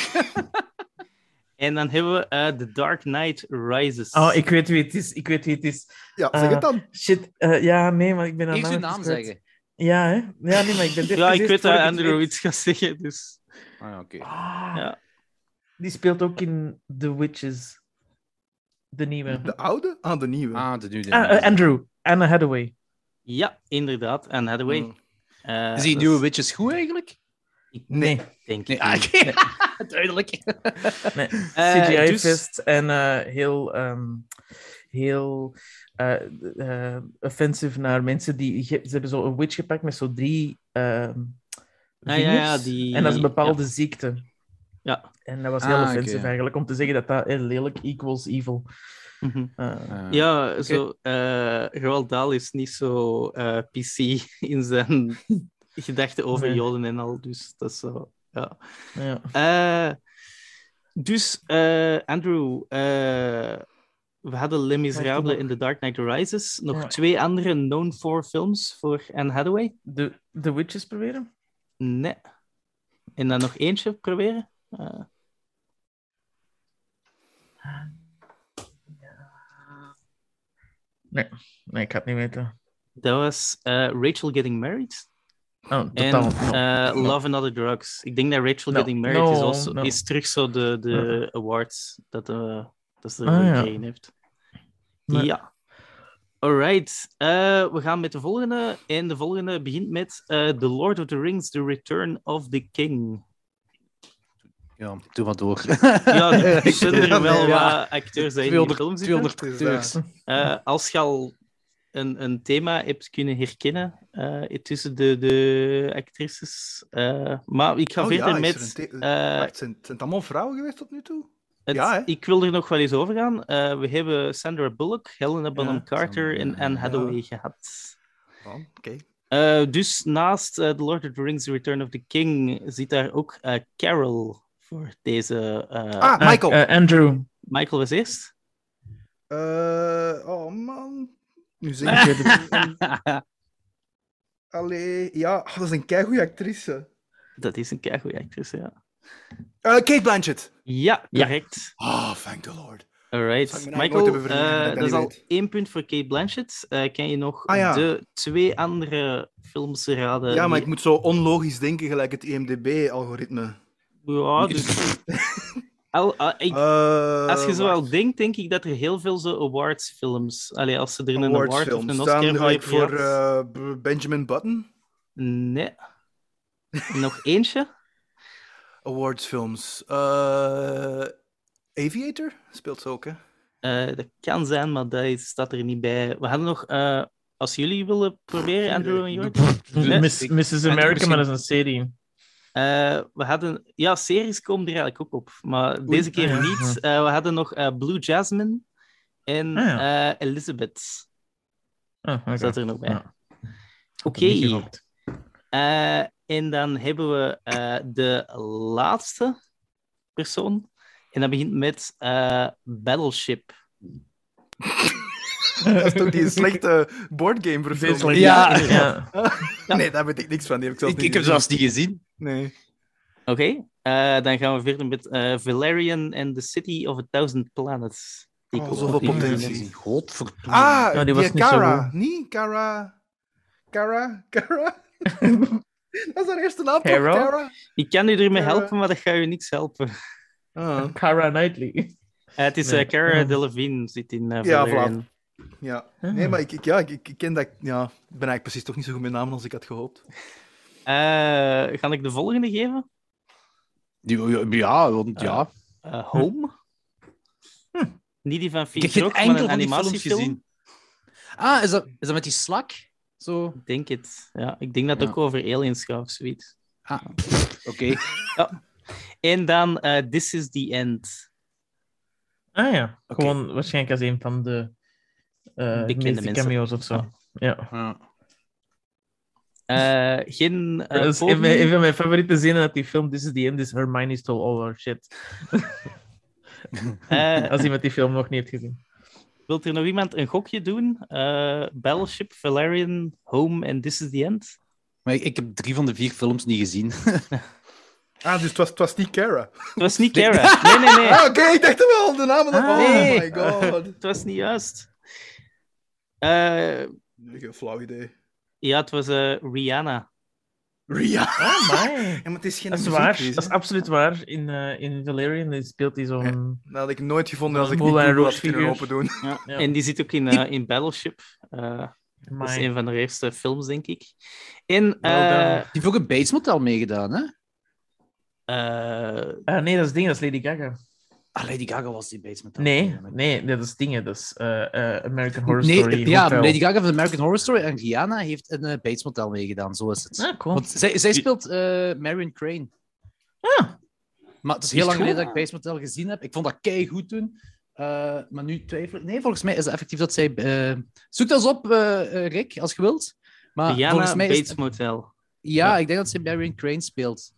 S1: En dan hebben we eh, The Dark Knight Rises.
S3: Oh, ik weet wie het is. Ik weet wie het is.
S4: Ja, zeg het
S1: Ah.
S3: Eh,
S4: dan.
S3: Shit. eh, ja, nee, maar ik ben... haar
S2: Ik uw
S3: even
S2: naam
S3: kwijt.
S2: zeggen.
S3: Ja, hè? Ja, nee, maar ik ben... dit
S1: ja, ik
S3: gezegd
S1: weet dat
S3: voordat ik het
S1: Andrew
S3: weet.
S1: iets gaat zeggen, dus...
S2: Ah, ja, oké.
S3: Ah,
S1: Ja.
S3: Die speelt ook in The Witches. De nieuwe.
S4: De oude? Ah, de nieuwe.
S2: Ah, de duurde.
S3: Ah, eh, Andrew. Anna Hathaway.
S1: Ja, inderdaad. Anne Hathaway.
S4: Mm.
S1: Eh,
S2: Hmm. is die
S1: dat
S2: nieuwe witches goed eigenlijk?
S4: Nee.
S1: Denk
S2: Nee,
S1: ik.
S2: ah,
S1: niet.
S2: oké. Duidelijk.
S3: nee.
S1: Eh, dus-
S3: CGI-fest en eh, heel, ehm, heel eh, eh, offensive naar mensen die... Ze hebben zo een witch gepakt met zo drie ehm
S1: Ah, ja,
S3: vingers.
S1: ja, die-
S3: En dat is een bepaalde ziekte.
S1: Ja.
S3: En dat was heel
S2: Ah, oké,
S3: offensive
S2: ja.
S3: eigenlijk, om te zeggen dat dat eh, lelijk equals evil.
S1: Mhm.
S3: Eh,
S2: Ah,
S1: Ja, zo, eh Roald Dahl is niet zo eh, PC in zijn gedachten over
S3: Nee.
S1: Joden en al. Dus dat is zo. Ja.
S3: ja.
S1: Eh, dus, eh, Andrew, eh, we hadden Les Miserables
S3: nog?
S1: in The Dark Knight Rises. Nog
S3: Ja.
S1: twee andere known for films voor Anne Hathaway?
S3: De, de witches proberen?
S1: Nee. En dan nog eentje proberen? Eh,
S3: Nee, ik ga het niet weten.
S1: dat was eh, Rachel Getting Married.
S3: Oh,
S1: En
S3: totaal. no.
S1: eh, Love and Other Drugs. Ik denk dat Rachel
S3: No.
S1: Getting Married is,
S3: No,
S1: also,
S3: no.
S1: is terug zo de, de awards dat, eh dat ze
S3: Ah, ja.
S1: gekregen heeft.
S3: Nee.
S1: Ja. Alright. Eh, we gaan met de volgende. En de volgende begint met eh, The Lord of the Rings, The Return of the King.
S2: Ja, doe maar door.
S1: Ja, er zijn er wel
S2: Ja.
S1: wat acteurs die in die
S2: 200,
S1: film zitten.
S2: 200
S4: Dus,
S2: Turks.
S1: Eh, als je al een, een thema hebt kunnen herkennen eh, tussen de, de actrices. eh, maar ik ga
S4: Oh
S1: verder
S4: ja, is er
S1: met.
S4: een the-
S1: eh,
S4: Wacht, zijn, zijn het allemaal vrouwen geweest tot nu toe?
S1: het-
S4: ja, hè?
S1: ik wil er nog wel eens over gaan. Eh, we hebben Sandra Bullock, Helena Bonham Carter
S2: Sandra,
S1: en Anne
S2: ja.
S1: Hathaway gehad.
S4: Van, Oh, Oké.
S1: Eh, dus naast eh, The Lord of the Rings, The Return of the King, zit daar ook eh, Carol voor deze. eh,
S4: Ah,
S3: Ah,
S4: Michael.
S3: eh, Andrew.
S1: Michael was eerst.
S4: Eh, oh man. Nu zeg ik het. Allee, ja, oh, dat is een keigoede actrice.
S1: Dat is een keigoede actrice, ja.
S4: Eh, Kate Blanchett.
S1: Ja,
S3: Ja.
S1: correct.
S4: Ah, thank the lord.
S1: Alright,
S4: Zou ik me nou
S1: Michael,
S4: nooit hebben verdiend,
S1: eh,
S4: dat ik dat
S1: dat is
S4: niet
S1: al
S4: weet.
S1: één punt voor Kate Blanchett. Eh, kan je nog
S4: Ah, ja.
S1: de twee andere films raden?
S4: ja, maar ik
S1: eh, die-
S4: moet zo onlogisch denken, gelijk het E IMDB-algoritme.
S1: Ja, dus- Al- ah, ik-
S4: Eh,
S1: als je zo al denkt, denk ik dat er heel veel zo awardsfilms... Allee, als ze er een award of een Oscar
S4: Dan ga ik
S1: hebben
S4: voor
S1: gehad.
S4: eh, B- Benjamin Button.
S1: Nee. Nog eentje?
S4: Awardsfilms. Eh, Aviator speelt ze ook, hè?
S1: Eh, dat kan zijn, maar dat is- staat er niet bij. We hadden nog... eh, als jullie willen proberen, Andrew en Jordi. Nee,
S3: Miss-
S2: ik-
S3: Mrs.
S2: Andrew
S3: America,
S2: misschien-
S3: maar dat is een serie.
S1: Eh, we hadden... Ja, series komen er eigenlijk ook op, maar deze keer
S4: ah, ja.
S1: niet. Eh, we hadden nog eh, Blue Jasmine en
S3: Ah,
S1: eh, Elizabeth.
S3: Ah, oké.
S1: Zat er nog bij.
S3: Ja.
S1: Oké.
S3: Niet gegokt.
S1: Eh, en dan hebben we eh, de laatste persoon. En dat begint met eh, Battleship.
S4: Dat is toch die slechte boardgame verfilming?
S2: Ja,
S3: Ja, ja.
S4: Nee, daar weet ik niks van. Die heb ik zelf
S2: Ik,
S4: niet
S2: ik heb
S4: gezien.
S2: zelfs niet gezien.
S4: Nee.
S1: Oké, Eh, dan gaan we verder met eh, Valerian and the City of a Thousand Planets. Die
S4: Oh,
S1: ik ook
S4: zoveel
S1: nog niet gezien
S4: potentie.
S1: heb.
S2: Godverdomme.
S4: Ah,
S3: Ja,
S4: die
S3: die was niet zo
S4: Kara.
S3: goed.
S4: niet Kara. Kara? Kara? dat is haar eerste naam, toch?
S3: Hera?
S4: Kara?
S1: Ik kan u ermee
S4: Ja.
S1: helpen, maar dat gaat u niks helpen.
S4: Ah,
S3: Cara Knightley.
S1: Eh, het is
S3: Nee.
S1: eh, Cara
S3: Ja.
S1: Delevingne zit in eh,
S4: Ja,
S1: Valerian.
S4: ja.
S3: Ah.
S4: Nee, maar ik, ik, ja, ik, ik ken dat... Ja, ik ben eigenlijk precies toch niet zo goed met namen als ik had gehoopt.
S1: Eh, ga ik de volgende geven?
S2: Die- Ja, ja, want
S1: Ah.
S2: ja.
S1: Eh, Home. Niet die van
S2: Hm. Ik heb
S1: Fink
S2: geen
S1: Rock, maar
S2: enkel
S1: een
S2: van die films
S1: animatiefilm.
S2: gezien. Ah, is dat, is dat met die slak? Zo.
S1: Ik denk het. Ja, ik denk dat het
S2: Ja.
S1: ook over aliens gaat of zoiets.
S2: Ah, oké.
S1: En dan eh, This is the End.
S3: Ah ja,
S2: Oké.
S3: gewoon waarschijnlijk als een van de eh
S1: Bekende
S3: meeste
S1: mensen.
S3: cameo's of zo.
S1: Ah.
S3: Ja.
S2: Ja.
S1: Eh, geen eh,
S3: Dat is een,
S1: poging.
S3: van mijn- een van mijn favoriete zinnen uit die film, This is the End, is Hermione stole all our shit.
S1: Eh,
S3: Als iemand die film nog niet heeft gezien.
S1: Wilt er nog iemand een gokje doen? Eh, Battleship, Valerian, Home en This is the End?
S2: Maar ik, ik heb drie van de vier films niet gezien.
S4: Ah, dus het was, het was niet Kara.
S1: Het was niet Kara. Nee, nee, nee.
S4: Ah, oké, ik dacht er wel. De naam...
S3: Ah.
S4: oh
S1: Nee.
S4: my god.
S1: Het was niet juist. Eh,
S4: Nee, geen flauw idee.
S1: ja, het was eh, Rihanna.
S4: Ria.
S3: Ah, maar.
S4: Ja, maar het is geen
S3: Dat is
S4: muziek,
S3: waar,
S4: Chris, hè?
S3: dat is absoluut waar. In, eh, in Valerian die speelt hij zo'n...
S4: Dat had ik nooit gevonden als ik niet
S3: Moulin
S4: Google
S3: Rouge
S4: had
S3: figuur.
S4: kunnen open doen.
S3: Ja.
S1: En die zit ook in, eh, in Battleship. Eh, dat is
S3: Amai.
S1: een van de eerste films, denk ik. En
S3: Well
S1: eh,
S2: Die heeft ook een Bates Motel meegedaan, hè?
S1: eh,
S3: Ah, nee, dat is ding, dat is Lady Gaga.
S2: Ah, Lady Gaga was die Bates Motel.
S3: Nee, nee, dat is dingen. Dat is eh, eh, American Horror
S2: Nee,
S3: Story.
S2: ja,
S3: Hotel.
S2: Lady Gaga van American Horror Story en Rihanna heeft een eh, Bates Motel meegedaan, zo is het.
S3: Ah, cool.
S2: Want zij, zij speelt eh, Marion Crane.
S3: Ah.
S2: Maar het is
S3: Die
S2: heel
S3: is
S2: lang geleden dat
S3: goed.
S2: ik Bates Motel gezien heb. Ik vond dat kei goed toen. Eh, maar nu twijfel ik. Nee, volgens mij is het effectief dat zij. eh, Zoek dat eens op, eh, eh, Rick, als je wilt. Maar Ah, volgens
S1: Rihanna,
S2: mij is-
S1: Bates Motel.
S2: Ja,
S1: Ja.
S2: ik denk dat ze Marion Crane speelt.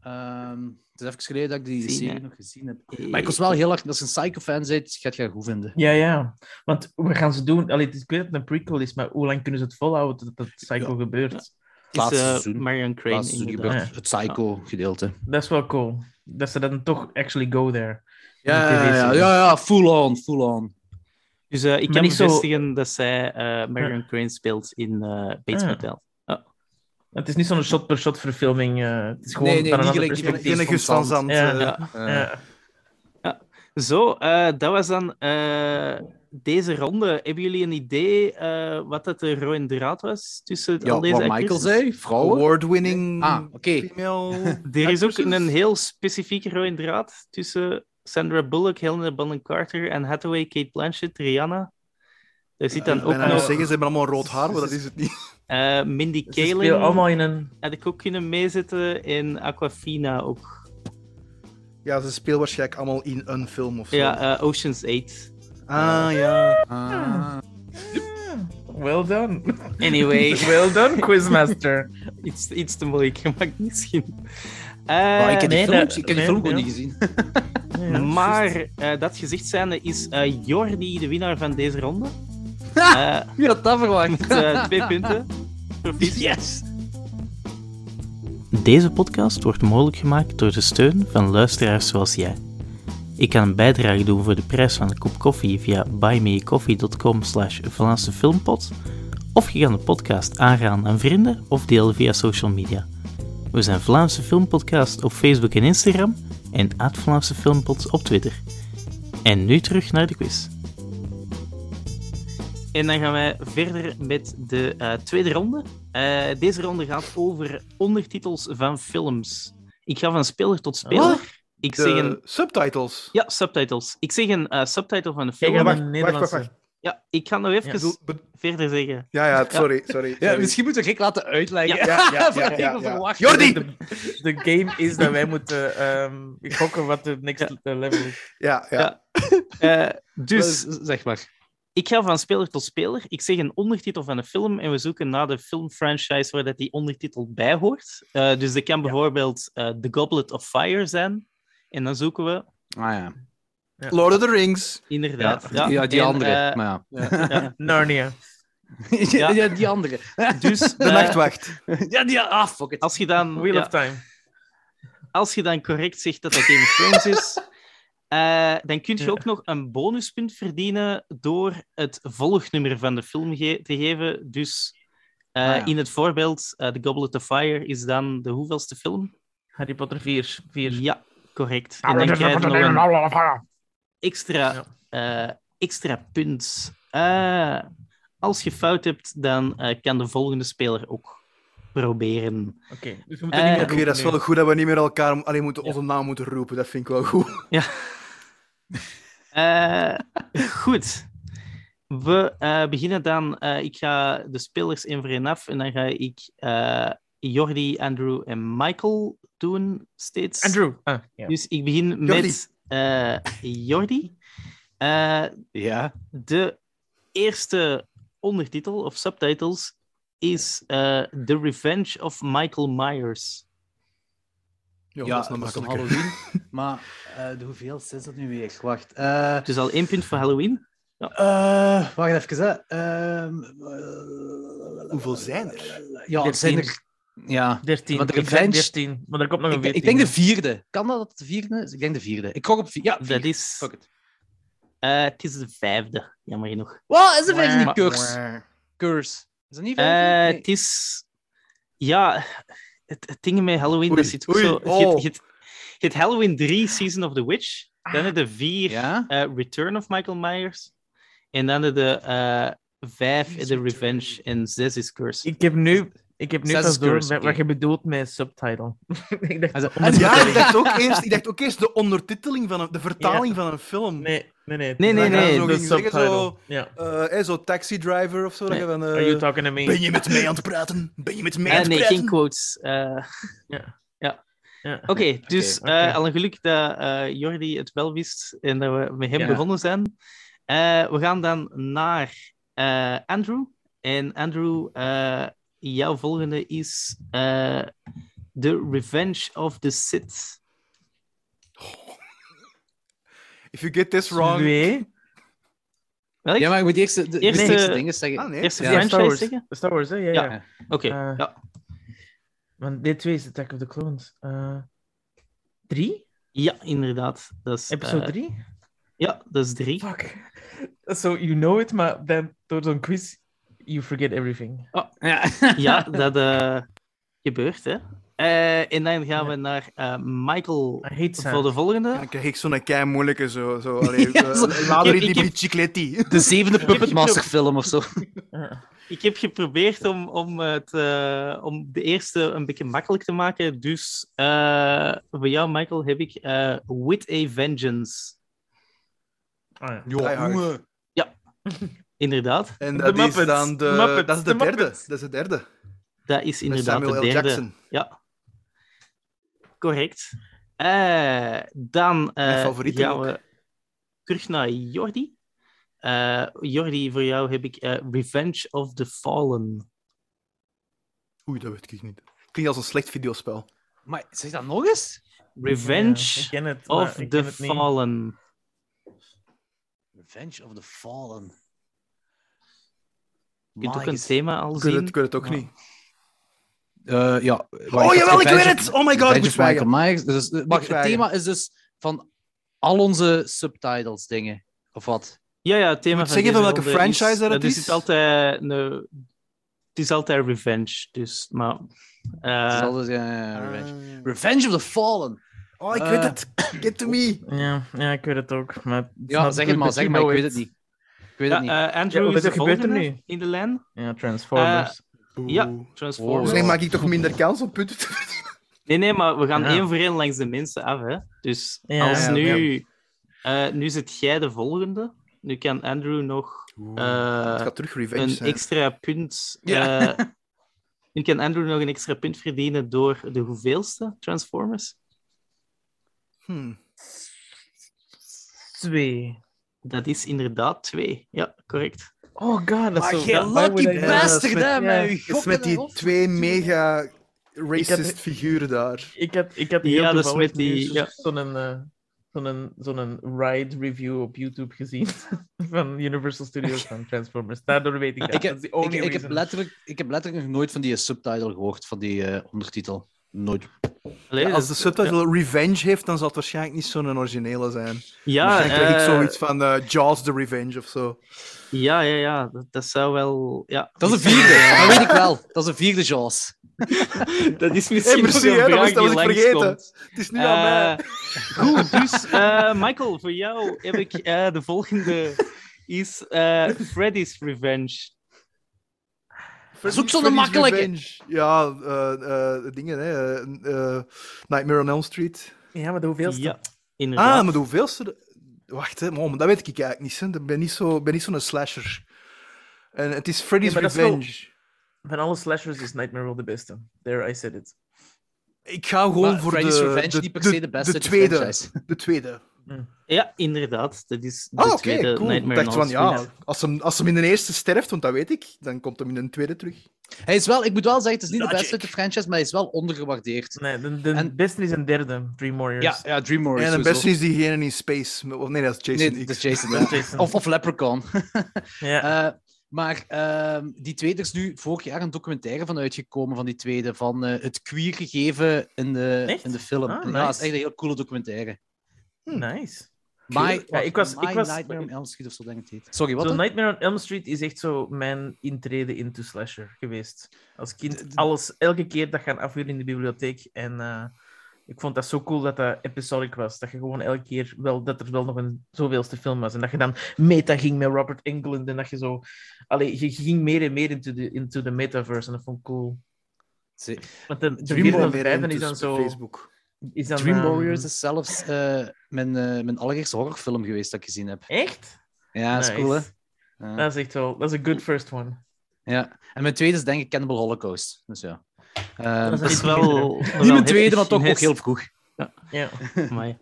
S2: Ehm, het is even geleden dat ik die
S1: Zien,
S2: serie
S1: hè.
S2: nog gezien heb. Maar ik was wel heel erg... Als je een psycho-fan bent, gaat je dat goed vinden.
S3: Ja, ja. Want we gaan ze doen. Allee, het is- ik weet dat het een prequel is, maar hoe lang kunnen ze het volhouden dat dat cycle gebeurt?
S1: Het is, eh,
S2: laatste seizoen.
S1: Marion Crane.
S2: Laatste seizoen
S1: inderdaad.
S2: gebeurt het psycho-gedeelte.
S3: Dat is wel cool. Dat ze dan toch actually go there.
S2: Ja, ja, ja,
S3: TV-serie.
S2: ja, ja, full on, full on.
S1: Dus eh, ik
S3: Maar
S1: kan
S3: niet zo-
S1: bevestigen dat zij eh, Marion Crane speelt in eh, Bates
S3: Ah.
S1: Motel.
S3: Het is niet zo'n shot-per-shot verfilming. eh, het is gewoon
S2: Nee, nee,
S3: van een
S2: niet
S3: ander
S2: gelijk die van
S3: perspectief.
S4: Geen geen Gus van Zand.
S3: Ja.
S4: eh,
S1: Ja.
S4: eh.
S3: Ja.
S1: Zo, eh, dat was dan eh, deze ronde. Hebben jullie een idee eh, wat dat de rode draad was tussen het-
S2: Ja,
S1: al
S2: wat
S1: deze
S2: Michael
S1: actrices?
S2: zei, vrouwen.
S4: Award-winning
S2: Ah, oké.
S4: female...
S1: Er is ook
S4: actresses.
S1: een heel specifieke rode draad tussen Sandra Bullock, Helena Bonham Carter en Hathaway, Kate Blanchett, Rihanna. Er zit dan
S4: Ik
S1: ook
S4: ben aan het
S1: nog
S4: zeggen, ze hebben allemaal rood haar, maar dat is het niet.
S1: eh, Mindy
S3: Ze spelen
S1: Kaling.
S3: allemaal in een...
S1: Had ik ook kunnen meezetten in Aquafina ook.
S4: Ja, ze spelen waarschijnlijk allemaal in een film of zo.
S1: Ja, eh, Ocean's 8.
S4: ah, ja. Eh,
S2: Ah.
S3: Well done.
S1: Anyway,
S3: Well done, Quizmaster.
S1: iets, iets te moeilijk gemaakt misschien. Eh,
S2: Maar ik heb die
S3: nee,
S2: film,
S3: dat-
S2: ik heb die
S3: nee,
S2: film gewoon
S3: ja.
S2: niet gezien.
S1: Maar eh, dat gezegd zijnde is eh, Jordi de winnaar van deze ronde. Eh,
S2: Wie had dat verwacht?
S1: met eh, twee punten. Proficiat.
S2: Yes!
S1: Deze podcast wordt mogelijk gemaakt door de steun van luisteraars zoals jij. Ik kan een bijdrage doen voor de prijs van een kop koffie via buymeacoffee.com slash Vlaamse Filmpot. Of je kan de podcast aangaan aan vrienden of deel via social media. We zijn Vlaamse Filmpodcast op Facebook en Instagram en at Vlaamse Filmpot op Twitter. En nu terug naar de quiz. En dan gaan wij verder met de eh, tweede ronde. Eh, deze ronde gaat over ondertitels van films. Ik ga van speler tot speler.
S3: Wat?
S1: Ik
S4: De
S1: zeg een...
S4: subtitles.
S1: Ja, subtitles. Ik zeg een eh, subtitle van een
S3: Jij
S1: film.
S3: gaat
S4: wacht,
S3: een
S4: wacht,
S3: Nederlandse.
S4: wacht,
S1: Ja, ik ga nog
S4: Ik
S1: even
S4: bedoel, be-
S1: verder zeggen.
S4: Ja, ja, sorry, sorry.
S2: Ja,
S4: sorry.
S2: misschien moeten we Rick laten uitleggen.
S4: Ja, ja, ja,
S2: Voor
S4: ja,
S2: Rick
S4: ja,
S2: of
S4: ja.
S2: verwacht.
S4: Jordi!
S3: De, de game is dat wij moeten ehm gokken wat de next level is.
S4: Ja, ja.
S1: Ja. Eh, dus
S2: Dus, zeg maar.
S1: ik ga van speler tot speler. Ik zeg een ondertitel van een film en we zoeken naar de filmfranchise waar dat die ondertitel bij hoort. Eh, dus dat kan bijvoorbeeld eh, The Goblet of Fire zijn. En dan zoeken we
S2: Ah ja.
S4: Lord of the Rings.
S1: Inderdaad.
S2: Ja, die
S1: en,
S2: andere.
S1: eh,
S2: maar ja.
S1: ja.
S3: Narnia.
S2: Ja. ja, die andere.
S1: Dus
S4: De
S1: eh,
S4: Nachtwacht.
S2: Ja, die... Ah, fuck it.
S1: als je dan,
S3: Wheel
S1: ja,
S3: of Time.
S1: als je dan correct zegt dat dat Game of Thrones is, eh, dan kun je ook nog een bonuspunt verdienen door het volgnummer van de film ge- te geven. Dus eh,
S2: Ah, ja.
S1: in het voorbeeld, eh, The Goblet of Fire is dan de hoeveelste film?
S3: Harry Potter 4. 4.
S1: Ja, correct. En dan krijg je nog een extra, eh, extra punt. Eh, als je fout hebt, dan eh, kan de volgende speler ook proberen.
S3: Oké, dus we moeten niet
S1: Eh,
S3: meer
S1: Oké,
S4: Oké, dat is wel goed dat we niet meer elkaar alleen moeten, onze naam moeten roepen. Dat vind ik wel goed.
S1: Eh, goed. We eh, beginnen dan. eh, ik ga de spelers één voor één af en dan ga ik eh, Jordi, Andrew en Michael doen steeds.
S3: Andrew. Ah, ja.
S1: Dus ik begin met eh, Jordi. Eh,
S2: Ja.
S1: de eerste ondertitel of subtitles is eh, The Revenge of Michael Myers.
S4: Ja,
S2: ja,
S4: dat is nog
S2: dat is
S4: makkelijker.
S2: om Halloween. maar eh, de hoeveelste is dat nu weer? Wacht. eh,
S1: Het is al één punt voor Halloween.
S2: eh, wacht even. Hè. Ehm, eh,
S4: Hoeveel zijn er?
S2: ja, er zijn er... Ja.
S3: 13.
S2: Want de
S3: Ik zei
S2: Revenge-
S3: 13, maar er komt nog een
S2: Ik,
S3: 14.
S2: ik denk de vierde. Kan dat dat het de vierde is? Ik denk de vierde. Ik gok op vier. Ja,
S1: Dat
S2: vier.
S1: is,
S2: Fuck it.
S1: eh, het is de vijfde, jammer genoeg.
S2: Wat? Is de vijfde niet
S1: Maar-
S2: curse? Curse. Is dat niet
S1: Eh,
S2: vijfde? Nee.
S1: Het is... Ja, het, het ding met Halloween,
S4: Oei,
S1: dat zit ook
S4: oei,
S1: zo... Je,
S4: oh.
S1: hebt- je, hebt- je hebt Halloween 3, Season of the Witch. Dan heb je de 4,
S2: Ja?
S1: eh, Return of Michael Myers. En dan heb je eh 5,
S4: Is
S1: The
S4: Return.
S1: Revenge. En 6 is Curse.
S3: Ik heb nu, ik heb nu
S2: Zes
S3: pas
S2: is
S3: door
S2: curse,
S3: met
S2: oké.
S3: wat je bedoelt met subtitle. ik
S2: Hij
S3: dacht,
S1: Ah,
S2: zei-
S4: En ja, ik dacht, ook eerst, ik dacht ook eerst de ondertiteling van een, de vertaling van een film.
S3: nee, nee, nee.
S1: Nee, nee,
S4: Dan gaan
S1: nee,
S4: ze ook
S3: de
S4: dingen zeggen
S3: subtitle.
S4: zo,
S3: Ja.
S4: eh, hè, zo taxi driver of zo. dat
S1: Nee.
S4: je van, eh,
S3: Are you talking to me?
S4: ben je met mij aan het praten? Ben je met mij
S1: Eh,
S4: aan het
S1: nee,
S4: praten?
S1: geen quotes. Eh,
S3: Ja.
S1: Oké, dus
S3: oké.
S1: eh, al een geluk dat eh, Jordi het wel wist en dat we met hem
S2: Ja.
S1: begonnen zijn. Eh, we gaan dan naar eh, Andrew. En Andrew, eh, jouw volgende is eh, The Revenge of the Sith.
S4: If you get this wrong...
S3: Twee.
S1: Welk?
S2: Ja, maar ik moet eerst de, de
S1: Eerste-
S2: eerste... eerste dingen zeggen.
S4: Ah, nee.
S1: Eerste
S2: Ja.
S3: Ja, Star
S1: franchise
S3: Wars.
S1: zeggen?
S3: Star Wars, hè? Ja,
S1: Ja.
S3: ja.
S1: Oké,
S3: Eh,
S1: ja.
S3: Want dit twee is Attack of the Clones. Eh drie?
S1: ja, inderdaad. Dat is,
S3: Episode
S1: eh,
S3: 3?
S1: Ja, dat is drie.
S3: Fuck. So you know it, maar dan door zo'n quiz, you forget everything.
S2: Ja.
S1: Oh. Ja, dat eh, gebeurt, hè. Eh, en dan gaan we naar eh, Michael
S3: I hate
S1: voor
S3: sound.
S1: de volgende.
S4: Dan krijg ik zo'n kei moeilijke zo. zo allee,
S2: Ja, zo-
S4: eh, Later
S1: Ik-
S4: in
S1: ik
S4: die
S1: heb-
S4: bicicletti.
S2: De zevende Puppet Master film of zo.
S3: Eh,
S1: Ik heb geprobeerd om, om, het, eh, om de eerste een beetje makkelijk te maken. Dus eh, voor jou, Michael, heb ik eh, With a Vengeance.
S3: ah, ja.
S4: Die Hard.
S2: jongen.
S1: Inderdaad,
S4: En
S3: De
S4: dat is
S3: Muppets,
S4: dan de...
S3: de Muppets,
S4: dat is de,
S3: de
S4: derde.
S3: Muppets.
S4: Dat is de derde.
S1: dat is
S4: Met
S1: inderdaad
S4: Samuel
S1: de
S4: L.
S1: derde.
S4: Jackson.
S1: Ja, correct. Eh, dan eh,
S4: Mijn favoriete
S1: gaan
S4: ook.
S1: we terug naar Jordi. Eh, Jordi, voor jou heb ik eh, Revenge of the Fallen.
S4: Oei, dat weet ik niet. Klinkt als een slecht videospel.
S2: Maar zeg dat nog eens?
S1: Revenge
S3: Ja, ik ken het, maar
S1: of
S3: ik
S1: the
S3: ken het niet.
S1: Fallen.
S2: Revenge of the Fallen.
S1: Je kunt ook
S2: Magisch.
S1: een thema al
S4: Ik weet
S1: zien.
S4: het, ik weet het ook
S3: Ja.
S4: niet.
S2: Eh, ja.
S4: Oh jawel, ik weet het! Oh my god, ik moet
S2: Michael
S4: zwijgen.
S2: Myers. Dus, eh, maar
S4: Moet
S2: het
S4: zwijgen.
S2: thema is dus van al onze subtitles dingen. Of wat?
S1: Ja, ja, het thema
S4: moet
S1: van
S4: zeggen van
S1: deze
S4: welke
S1: ronde
S4: franchise
S1: is,
S4: dat het
S1: eh, er
S4: is?
S1: Zit altijd een, eh, het is altijd revenge, dus, maar... eh,
S2: Het is altijd, eh, Revenge. Revenge of the Fallen.
S4: Oh, ik weet
S2: Eh.
S4: het. Get to me.
S3: Ja, ja, ik weet het ook. Maar it's
S2: Ja,
S3: not
S2: zeg
S3: good
S2: het maar,
S3: that
S2: zeg
S3: you
S2: maar. Ik
S3: know
S2: weet
S3: it.
S2: het niet. Ik weet
S1: ja,
S2: het niet.
S1: eh, Andrew
S3: Ja,
S1: is
S3: wat
S1: de
S3: gebeurt er
S1: volgende
S3: nu?
S1: in de lijn.
S3: Ja,
S2: Eh,
S3: Transformers.
S1: Ja.
S4: Oeh.
S1: Transformers.
S2: Oh.
S4: Misschien maak ik toch minder kans om punten te verdienen.
S1: Nee, nee, maar we gaan
S3: Ja.
S1: één voor één langs de mensen af, hè. Dus
S3: Ja,
S1: als
S4: ja,
S1: nu... eh, nu zit jij de volgende. Nu kan Andrew nog eh,
S4: het gaat terug revenge
S1: een
S4: zijn.
S1: extra punt...
S2: Ja.
S1: eh, nu kan Andrew nog een extra punt verdienen door de hoeveelste Transformers.
S4: Hmm.
S3: Twee.
S1: Dat is inderdaad twee. Ja, correct.
S3: Oh god, dat is
S2: Maar
S3: zo...
S2: jij
S3: why would
S2: Ah, lucky
S3: I-
S4: best-
S2: bastard,
S4: met-
S2: hè,
S3: ja.
S2: met uw
S4: Het is
S2: gokken
S4: met die
S2: erop.
S4: twee mega
S3: Ik
S4: racist
S3: heb-
S4: figuren daar.
S3: Ik had, ik had
S1: Ja,
S3: heel
S1: dat is
S3: toevallig
S1: met die-
S3: nu
S1: ja.
S3: zo'n, eh, zo'n, zo'n ride review op YouTube gezien van Universal Studios van Transformers. Daardoor weet ik dat.
S2: Ik heb-
S3: dat is the
S2: Ik,
S3: only
S2: ik, heb
S3: reason.
S2: letterlijk, ik heb letterlijk nog eh, nooit van die subtitle gehoord, van die eh, ondertitel. Nooit.
S1: Allee, dus
S4: Ja,
S1: dat
S4: als
S1: is-
S4: de subtitle Revenge heeft, dan zal het waarschijnlijk niet zo'n originele zijn.
S1: ja,
S4: waarschijnlijk krijg ik
S1: eh,
S4: zoiets van eh, Jaws the Revenge of zo.
S1: ja, ja, ja, dat, dat zou wel... Ja.
S2: Dat is een vierde, dat weet ik wel. Dat is een vierde Jaws.
S1: dat is
S4: Hey, merci, hè, dat was, dat was ik vergeten. Het is nu aan mij.
S1: Eh, goed, dus eh, Michael, voor jou heb ik eh, de volgende. Is eh, Freddy's Revenge.
S4: Dat
S2: is ook zo'n makkelijke.
S4: Ja, eh, eh, dingen, hè. eh, eh, Nightmare on Elm Street.
S3: Ja, maar de hoeveelste?
S1: Ja,
S4: Ah,
S1: inderdaad.
S4: maar de hoeveelste... de- Wacht, hè, man, dat weet ik eigenlijk niet. hè. Ik ben niet zo- ben niet zo'n slasher. En het is Freddy's
S3: Ja, maar dat is wel-
S4: Revenge.
S3: Van alle slashers is Nightmare wel de beste. There, I said it.
S4: Ik ga gewoon
S2: Maar
S4: voor
S2: Freddy's
S4: de,
S2: Revenge
S4: de,
S2: niet per se de beste uit de
S4: tweede.
S2: franchise.
S4: De tweede.
S1: Ja, inderdaad. Dat is de
S4: Ah, oké,
S1: tweede
S4: cool. Ik
S1: Nightmare
S4: dacht
S1: on
S4: van,
S1: Elm Street.
S4: ja, als hem, als hem in de eerste sterft, want dat weet ik, dan komt hem in de tweede terug.
S2: Hij is wel, ik moet wel zeggen, het is niet de
S4: Logic.
S2: beste uit de franchise, maar hij is wel ondergewaardeerd.
S3: Nee, de, de
S2: En-
S3: beste is een derde, Dream Warriors.
S2: Ja, ja Dream Warriors.
S4: en de
S2: sowieso.
S4: beste is diegene in Space. met- of Nee, dat is Jason
S2: Nee,
S4: X.
S2: dat is Jason. ja.
S3: Dat is Jason.
S2: Of, of Leprechaun.
S3: Ja.
S2: Eh, maar ehm, die tweede is nu vorig jaar een documentaire van uitgekomen van die tweede, van eh, het queer gegeven in de,
S3: Echt?
S2: in de film.
S3: Ah,
S2: Ja, dat is
S3: nice.
S2: echt een heel coole documentaire. hmm.
S3: nice.
S2: My,
S3: Ja, ik was-
S2: My
S3: ik was-
S2: Nightmare on Elm Street of zo denk ik het heet. Sorry, wat?
S3: Zo,
S2: hè?
S3: Nightmare on Elm Street is echt zo mijn intrede into slasher geweest. Als
S2: D-
S3: kind
S2: d-
S3: alles, elke keer dat gaan afhuren in de bibliotheek. En eh, ik vond dat zo cool dat dat episodic was. Dat je gewoon elke keer wel, dat er wel nog een zoveelste film was. En dat je dan meta ging met Robert Englund. En dat je zo, allee, je ging meer en meer into the, into the metaverse. En dat vond ik cool.
S2: Zee-
S3: Want de, de
S4: Dream
S3: vierde en
S4: Warrior
S3: vijfde
S4: en
S3: is dan
S4: dus
S3: zo...
S4: Facebook.
S3: Is dan,
S2: Dream
S3: ehm,
S2: Warriors is zelfs eh, mijn, eh, mijn allereerste horrorfilm geweest dat ik gezien heb.
S3: Echt?
S2: Ja, dat is
S3: Nice. Eh.
S2: cool, hè? Ja.
S3: Dat is echt wel... Dat is een good first one.
S2: Ja. En mijn tweede is denk ik Cannibal Holocaust. Dus ja. Ehm,
S3: Dat
S1: Dat is wel...
S2: niet mijn tweede, maar toch ook heel vroeg.
S3: Ja.
S1: Amai.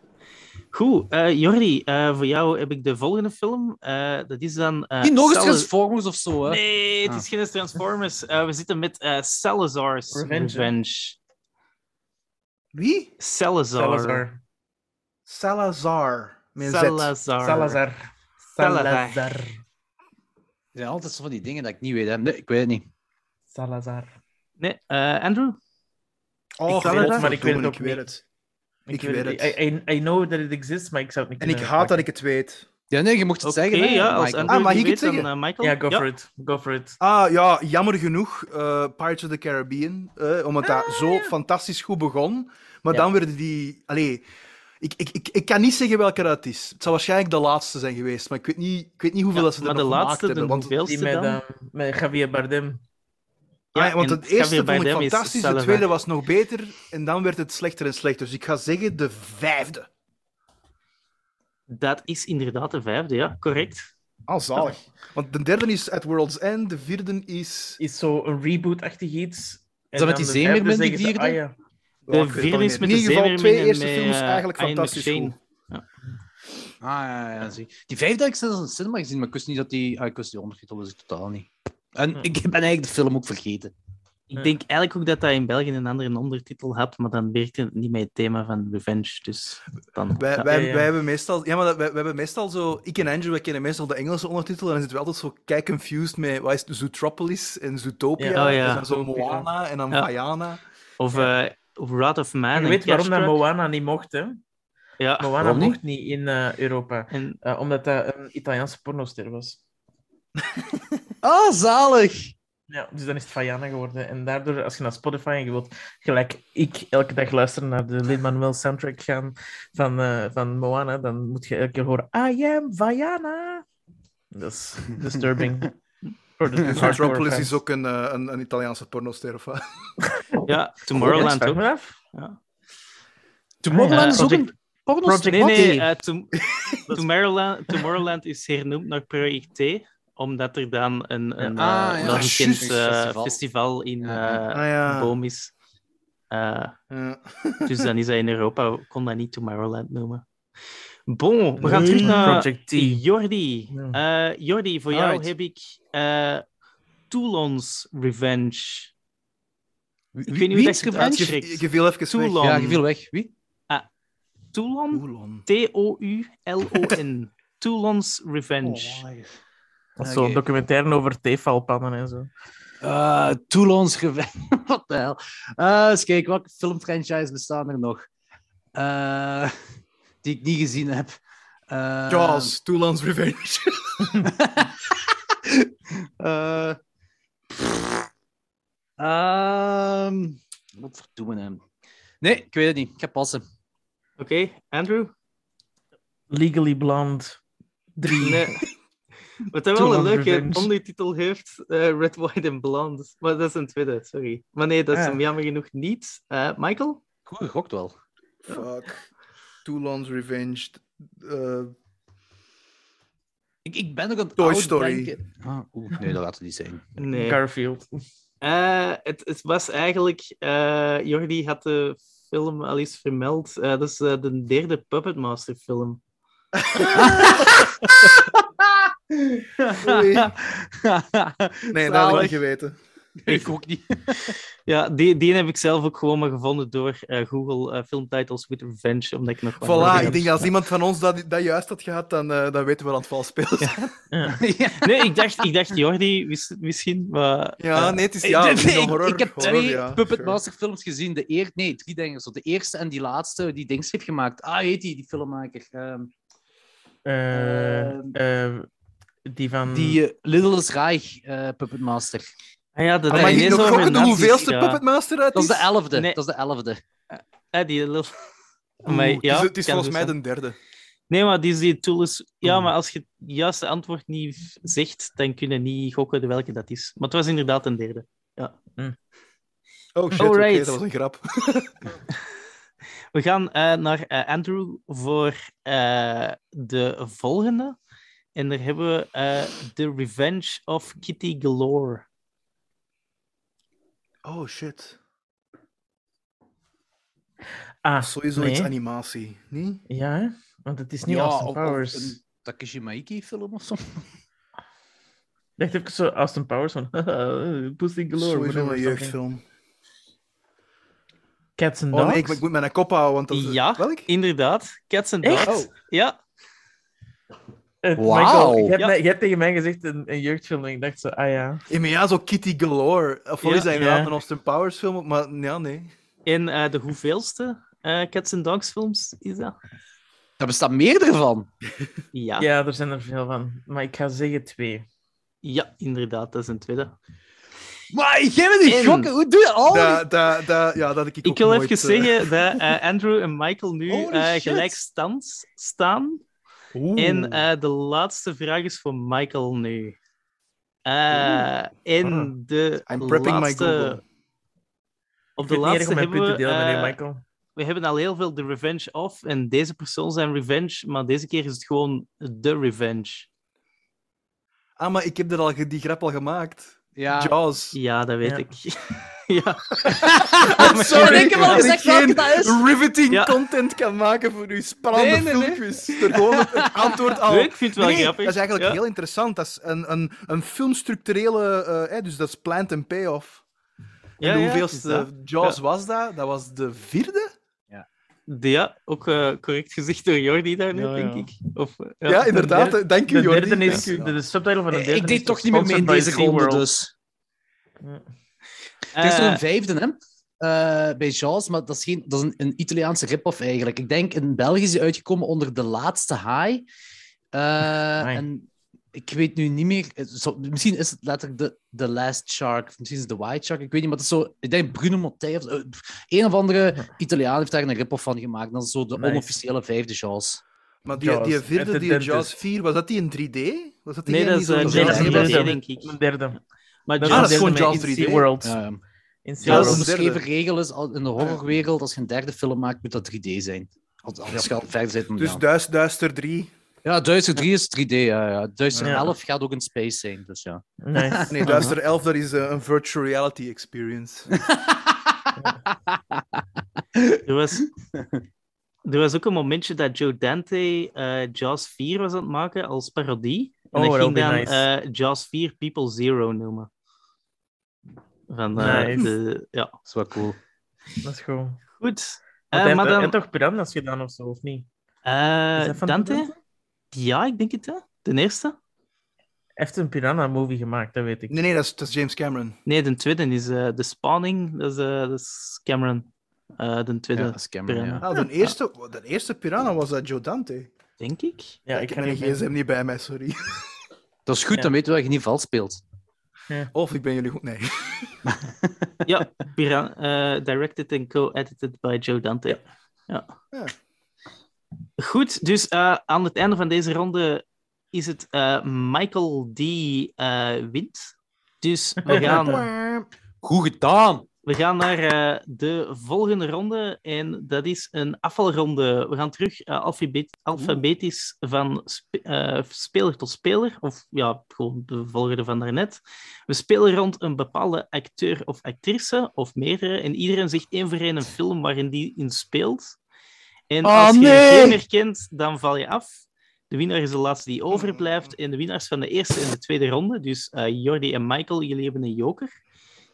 S1: Goed, eh Jordi, eh, voor jou heb ik de volgende film. Eh, dat is dan... eh,
S2: Niet nog eens
S1: Sal-
S2: Transformers of zo, hè? Ah.
S1: Nee, het is geen Transformers. Eh, we zitten met eh, Salazar's
S3: Revenge, hè?
S1: Revenge.
S4: Wie?
S1: Salazar.
S3: Salazar.
S4: Salazar. Met een Z.
S1: Salazar.
S3: Salazar.
S1: Salazar.
S2: Er zijn altijd zo van die dingen dat ik niet weet. Hè. Nee, ik weet het niet.
S3: Salazar.
S1: Nee, eh, Andrew?
S4: Oh,
S3: Ik kan het,
S4: God,
S3: maar ik weet het
S4: verdomme,
S3: ook niet.
S4: het. Ik
S3: wil-
S4: weet het.
S3: I, I, I know that it exists, maar ik zou het niet
S4: En ik
S3: kunnen
S4: haat dat ik
S3: pakken.
S4: het weet.
S2: Ja, nee, je mocht het
S1: Oké,
S2: zeggen. Hè,
S1: ja, als
S2: Michael.
S1: Andrew
S4: Ah, mag
S1: die
S4: ik het
S1: weet, dan
S4: zeggen?
S1: eh, Michael.
S3: Ja, go for it. Go for it.
S4: Ah ja, jammer genoeg, eh, Pirates of the Caribbean, eh, omdat dat zo fantastisch goed begon. Maar
S3: Ja.
S4: dan werden die. Allee, ik, ik, ik, ik kan niet zeggen welke dat is. Het zal waarschijnlijk de laatste zijn geweest, maar ik weet niet, ik weet niet hoeveel
S1: Ja,
S4: dat ze er
S1: maar de
S4: nog gemaakt
S1: laatste, de
S4: hebben. Want,
S1: hoeveelste
S3: Die met,
S1: dan?
S3: eh, met Javier Bardem.
S4: ah, ja, want
S1: en
S4: het eerste
S1: Javier
S4: vond ik
S1: Bardem is
S4: fantastisch, de
S1: Salazar.
S4: tweede was nog beter en dan werd het slechter en slechter. Dus ik ga zeggen de vijfde.
S1: Dat is inderdaad de vijfde, ja, correct.
S4: Ah, zalig. Want de derde is At World's End, de vierde is.
S3: Is zo een reboot-achtig iets. En
S2: dat met
S3: dan
S2: die
S3: de vijfde
S2: zeemermin, die
S3: zeggen ze,
S2: vierde?
S3: ah ja.
S4: Ja,
S1: De
S4: ik weet het
S1: vierde
S4: al
S1: is
S4: niet
S1: met
S4: meer. In
S1: de
S4: ieder
S1: Zeemermin
S4: geval twee
S1: en
S4: eerste
S1: met,
S4: films
S1: eh,
S4: eigenlijk
S1: Ian
S4: fantastisch
S1: McShane.
S4: goed.
S2: Ah, ja, ja, zie. Die vijfde heb ik zelfs in het cinema gezien, maar ik wist niet dat die... Ah, ik wist die ondertitel dus ik totaal niet. En
S3: Hm.
S2: ik ben eigenlijk de film ook vergeten.
S1: Ik denk eigenlijk ook dat dat in België een andere ondertitel had, maar dan werkte het niet met het thema van Revenge, dus dan...
S4: Wij,
S1: ja.
S4: wij,
S3: ja, ja.
S4: wij hebben meestal, ja, maar dat- wij, wij hebben meestal zo. Ik en Andrew, wij kennen meestal de Engelse ondertitel. En dan zitten we altijd zo kei confused met. Wat is het? Zootropolis en Zootopia?
S3: Ja.
S1: Oh, ja.
S4: En dan zo
S3: Zootopia.
S4: Moana en dan
S1: Ja.
S4: Vajana.
S1: Of eh, of Wrath of Man
S3: En
S1: en
S3: je weet waarom dat
S1: Cash Truck.
S3: Moana niet mocht, hè?
S1: Ja,
S3: Moana
S2: waarom niet?
S3: mocht niet in eh, Europa.
S1: en
S3: Eh, omdat dat een Italiaanse pornoster was.
S2: Ah, zalig!
S3: Ja, dus dan is het Fajana geworden. En daardoor, als je naar Spotify en je wilt gelijk ik elke dag luisteren naar de Lin-Manuel soundtrack gaan van, eh, van Moana, dan moet je elke keer horen I am Fajana. Dat is disturbing. Voor de hardcore
S4: Zootropolis
S3: fans.
S4: is ook een, eh, een, een Italiaanse pornoster. Of, wat?
S1: ja,
S3: Ja,
S1: Tomorrowland
S3: vraag
S1: ook.
S3: me af.
S2: Tomorrowland
S1: Eh,
S2: is ook
S3: Project-
S2: een porno
S3: Project-
S1: Nee, nee,
S2: Wat?
S1: eh, Tom- Tomorrowland, Tomorrowland is hernoemd naar Project T, omdat er dan een, een,
S2: Ah,
S1: eh,
S2: ja.
S1: wel
S4: Ah,
S1: bekend
S4: juist.
S1: eh,
S2: Festival.
S1: festival. in
S2: Ja.
S1: eh,
S4: Ah, ja.
S1: Boom is. Eh,
S4: Ja.
S1: dus dan is hij in Europa, kon dat niet Tomorrowland noemen. Bon, we gaan
S3: Nee.
S1: terug naar
S3: Project T.
S1: Jordi.
S3: Ja.
S1: Eh, Jordi, voor jou
S2: Alright.
S1: heb ik eh Toulon's Revenge.
S4: Wie, Ah,
S1: Ik weet niet hoe dat je het
S2: Revenge?
S1: uitschrikt.
S4: Je viel even weg.
S1: Toulon.
S2: Ja, je viel weg. Wie?
S1: Toulon?
S4: Toulon.
S1: T-O-U-L-O-N. Toulon's Revenge.
S2: Oh, my.
S3: Dat is zo'n
S2: Oké.
S3: documentaire over teefvalpannen en zo.
S2: Eh Toulon's Revenge. Wat de hel. Eh, eens kijken, welke filmfranchise bestaan er nog? Eh, die ik niet gezien heb. Eh,
S4: Jaws, Toulon's Revenge.
S2: eh, pff. Ehm, wat verdoemen hem? Nee, ik weet het niet. Ik ga passen.
S1: Oké, Andrew?
S3: Legally Blonde. Drie.
S1: Nee. Wat hij wel een
S3: Tool of
S1: leuke
S3: Revenge.
S1: ondertitel heeft, eh, Red, White and Blonde. Maar dat is een tweede, sorry. Maar nee, dat is
S3: Ah.
S1: hem jammer genoeg niet. Eh, Michael?
S2: Goed gokt wel.
S4: Fuck. Toulon's Revenge. eh,
S2: Ik, ik ben nog een
S4: Toy Story.
S2: Ah, oeh, nee, dat gaat het niet zijn.
S1: Nee.
S3: Garfield.
S1: Eh, het, het was eigenlijk... eh, Jordi had de film al eens vermeld. Eh, dat is eh, de derde Puppet Master film.
S4: Oei. nee, dat had ik
S2: Zalig.
S4: niet geweten.
S2: Ik ook niet.
S1: Ja, die, die heb ik zelf ook gewoon maar gevonden door eh, Google eh, filmtitles with revenge, omdat ik nog... wat nodig
S4: Voilà, ik
S1: had.
S4: denk dat als iemand van ons dat, dat juist had gehad, dan, eh, dan weten we dat het vals speelt. Ja,
S2: ja.
S1: Nee, ik dacht, ik dacht Jordi wist- misschien, maar... eh,
S4: nee, het is
S2: Ik-
S4: ja,
S2: ik,
S4: het is een
S2: ik-
S4: horror,
S2: ik heb
S4: horror,
S2: twee
S4: ja,
S2: Puppet
S4: sure.
S2: Master films gezien. De eer, nee, drie dingen. Zo. De eerste en die laatste die Dings heeft gemaakt. Ah, heet die, die filmmaker. Ehm,
S3: Eh,
S2: Ehm.
S3: eh, die van...
S2: die
S4: Hmm.
S2: eh, Little is Reich eh, Puppet Master.
S1: Ah ja, dat
S4: Ah,
S1: hij
S4: maar
S1: ineens
S4: je nog
S1: over
S4: gokken de
S1: nazi's-
S4: hoeveelste
S1: ja.
S4: Puppet Master uit
S2: Dat is
S4: is?
S2: de elfde.
S1: Nee.
S2: Dat is de elfde.
S1: Eh, die little...
S4: Oeh,
S1: Maar
S4: het is-
S1: ja,
S4: het is
S1: kan
S4: volgens
S1: zo
S4: mij
S1: zijn.
S4: de derde.
S1: Nee, maar die is die tool is... Ja,
S3: Hmm.
S1: maar als je het juiste antwoord niet zegt, dan kun je niet gokken welke dat is. Maar het was inderdaad een derde.
S4: Oh shit, oké,
S1: Alright.
S4: dat was een grap.
S1: We gaan eh, naar eh, Andrew voor eh, de volgende. En daar hebben we eh, The Revenge of Kitty Galore.
S4: Oh shit.
S3: Ah,
S4: Sowieso
S3: nee.
S4: iets animatie, niet?
S3: Ja, hè? want het is niet
S2: Ja,
S3: Austin
S2: of- of
S3: Powers.
S2: een Takeshi Miike film of zo.
S3: Ik dacht even zo Austin Powers van... Pussy Galore.
S4: Sowieso
S3: whatever,
S4: een
S3: something.
S4: jeugdfilm.
S3: Cats and
S4: Oh
S3: Dogs.
S4: nee, ik, ik moet mijn kop houden, want dat is...
S1: Ja,
S4: Welk?
S1: inderdaad. Cats and Dogs.
S3: Echt?
S2: Oh.
S3: Oh
S1: Ja,
S3: Eh,
S2: Wauw.
S3: Michael, je hebt,
S1: Ja.
S3: mij- je hebt tegen mij gezegd een, een jeugdfilm. En ik dacht zo, ah ja.
S4: Ja, maar ja, zo Kitty Galore. Of al
S1: Ja,
S4: is dat inderdaad
S3: ja.
S4: een Austin Powers film, maar ja, nee.
S1: in eh, de hoeveelste eh, Cats and Dogs films is dat?
S2: Daar bestaan meerdere van.
S1: Ja.
S2: Ah.
S3: ja. er zijn er veel van. Maar ik ga zeggen twee.
S1: Ja, inderdaad, dat is een tweede.
S2: Maar ik geef het niet
S1: En-
S2: gokken. Hoe doe je al? die-
S4: Da, da, da, ja, dat ik, ook
S1: Ik wil
S4: nooit,
S1: even
S4: eh,
S1: zeggen dat eh, Andrew en Michael nu
S2: Holy
S1: eh,
S2: shit.
S1: gelijk stand staan.
S4: Oeh.
S1: En eh, de laatste vraag is voor Michael nu. Eh,
S3: Ah.
S1: en de
S4: I'm prepping my
S1: laatste...
S4: Google.
S1: Op
S3: Ik
S1: de
S3: vind het niet erg
S1: laatste
S3: om mijn
S1: hebben we...
S3: punten te delen,
S1: eh,
S3: meneer Michael.
S1: we hebben al heel veel de revenge of. En deze persoon zijn revenge. Maar deze keer is het gewoon de revenge.
S4: Ah, maar ik heb dat al, ge- die grap al gemaakt.
S2: Ah. Ja.
S4: Jaws.
S1: Ja, dat weet
S3: Ja.
S1: ik. ja.
S2: Sorry, ik heb al
S4: Dat
S2: gezegd welke dat is.
S4: riveting
S1: Ja.
S4: content kan maken voor uw spannende
S2: Nee, nee, nee.
S4: filmquiz. Er gewoon het, het antwoord al...
S1: Nee, ik vind het wel
S4: Oh, Nee,
S1: grappig.
S4: dat is eigenlijk
S1: Ja.
S4: heel interessant. Dat is een, een, een filmstructurele... eh, hè, dus dat is plant en payoff. En
S1: Ja,
S4: de
S1: ja,
S4: hoeveelste
S1: het is
S4: Jaws
S1: Ja.
S4: was dat? Dat was de vierde?
S1: dat. Ja, ook eh, correct gezegd door Jordi daar net,
S3: Ja, ja.
S1: denk ik. Of, eh,
S4: Ja,
S1: ja.
S4: inderdaad. hè. Dank u,
S3: De
S4: Jordi.
S3: derde is...
S4: Dank u.
S3: De subtitle van de derde
S2: Ik
S3: is
S2: deed toch niet meer mee in
S3: Sponsored by
S2: deze ronde,
S3: SeaWorld.
S2: dus...
S1: Eh,
S2: Er is nog een vijfde, hè? eh, bij Jaws, maar dat is, geen, dat is een, een Italiaanse rip-off eigenlijk. Ik denk in België is die uitgekomen onder De Laatste Haai. Eh,
S3: Amai.
S2: en ik weet nu niet meer. het is zo- misschien is het letterlijk de, de Last Shark, of misschien is het de White Shark, ik weet niet, maar dat is zo. Ik denk Bruno Mattei of zo, eh, pff, een of andere Italiaan heeft daar een rip-off van gemaakt. Dat is zo de
S3: Nice.
S2: onofficiële vijfde Jaws.
S4: Maar die, die
S3: Jaws. Met
S4: vierde,
S3: de
S4: die
S3: dentist.
S4: Jaws 4, was dat die in 3D? Was dat die
S1: Nee,
S4: ene
S1: dat
S4: die
S1: is, eh,
S4: zo-
S3: Nee, dat is
S2: Ja,
S3: een
S2: dat is
S3: derde.
S1: denk ik.
S3: Een derde.
S1: Maar
S4: Ah,
S1: Jaws
S4: dat is gewoon
S1: hebben we
S4: Jaws
S1: in
S4: 3D.
S3: SeaWorld.
S2: Ja, ja.
S3: In
S2: Ja, de
S4: Ja, dat is
S3: SeaWorld.
S4: een derde.
S2: beschreven regel is al in de horrorwereld: als je een derde film maakt, moet dat 3D zijn. Als als je al verder bent, moet
S4: Dus
S2: ja.
S4: Duis- Duister 3.
S2: Ja, Duister 3 is 3D. Ja, ja. Duister
S3: Ja.
S2: 11 gaat ook in space zijn, dus ja.
S3: Nice.
S4: Nee, Duister 11, dat is eh, een virtual reality experience.
S1: Er was, er was ook een momentje dat Joe Dante eh Jaws 4 was aan het maken als parodie. En
S3: Oh,
S1: hij
S3: that'll
S1: ging
S3: be
S1: dan
S3: nice.
S1: eh, Jaws 4 People Zero noemen. Van, eh,
S3: Nice.
S1: de, ja,
S2: is wel cool.
S3: Dat
S2: Eh,
S3: is goed. Want
S1: goed.
S3: hij
S1: Eh,
S3: heeft-
S1: maar
S3: hij
S1: dan,
S3: heeft toch Piranhas gedaan of zo, of niet?
S1: eh,
S3: Is dat van
S1: Dante?
S3: Dante?
S1: Ja, ik denk het, hè. De eerste?
S3: heeft een Piranha-movie gemaakt, dat weet ik.
S4: Nee, nee, dat is, dat is James Cameron.
S1: Nee, de tweede is eh, de Spawning, dat is, eh, dat is Cameron. Eh, de tweede,
S2: Ja, dat is Cameron,
S1: Piranha.
S2: ja.
S4: Ah, de eerste, de eerste Piranha was dat Joe Dante.
S1: denk ik.
S3: Ja,
S4: ik
S3: ik
S4: heb
S3: kan
S4: mijn
S3: niet meer.
S4: gsm niet bij mij, sorry.
S2: Dat is goed,
S3: Ja.
S2: dan weten we dat je niet vals speelt.
S4: Of ik ben jullie goed. Nee.
S1: Ja, Piran eh, directed en co-edited by Joe Dante. Ja.
S4: Ja.
S1: Goed, dus eh, aan het einde van deze ronde is het eh, Michael die eh, wint. Dus we gaan,
S2: Goed gedaan!
S1: we gaan naar eh, de volgende ronde en dat is een afvalronde. We gaan terug eh, alfabet- alfabetisch van spe- eh, speler tot speler, of ja, gewoon de volgorde van daarnet. We spelen rond een bepaalde acteur of actrice, of meerdere, en iedereen zegt één voor één een film waarin die in speelt. En
S2: Oh,
S1: als je
S2: nee!
S1: geen herkent, dan val je af. De winnaar is de laatste die overblijft. En de winnaars van de eerste en de tweede ronde, dus eh, Jordi en Michael, jullie hebben een joker.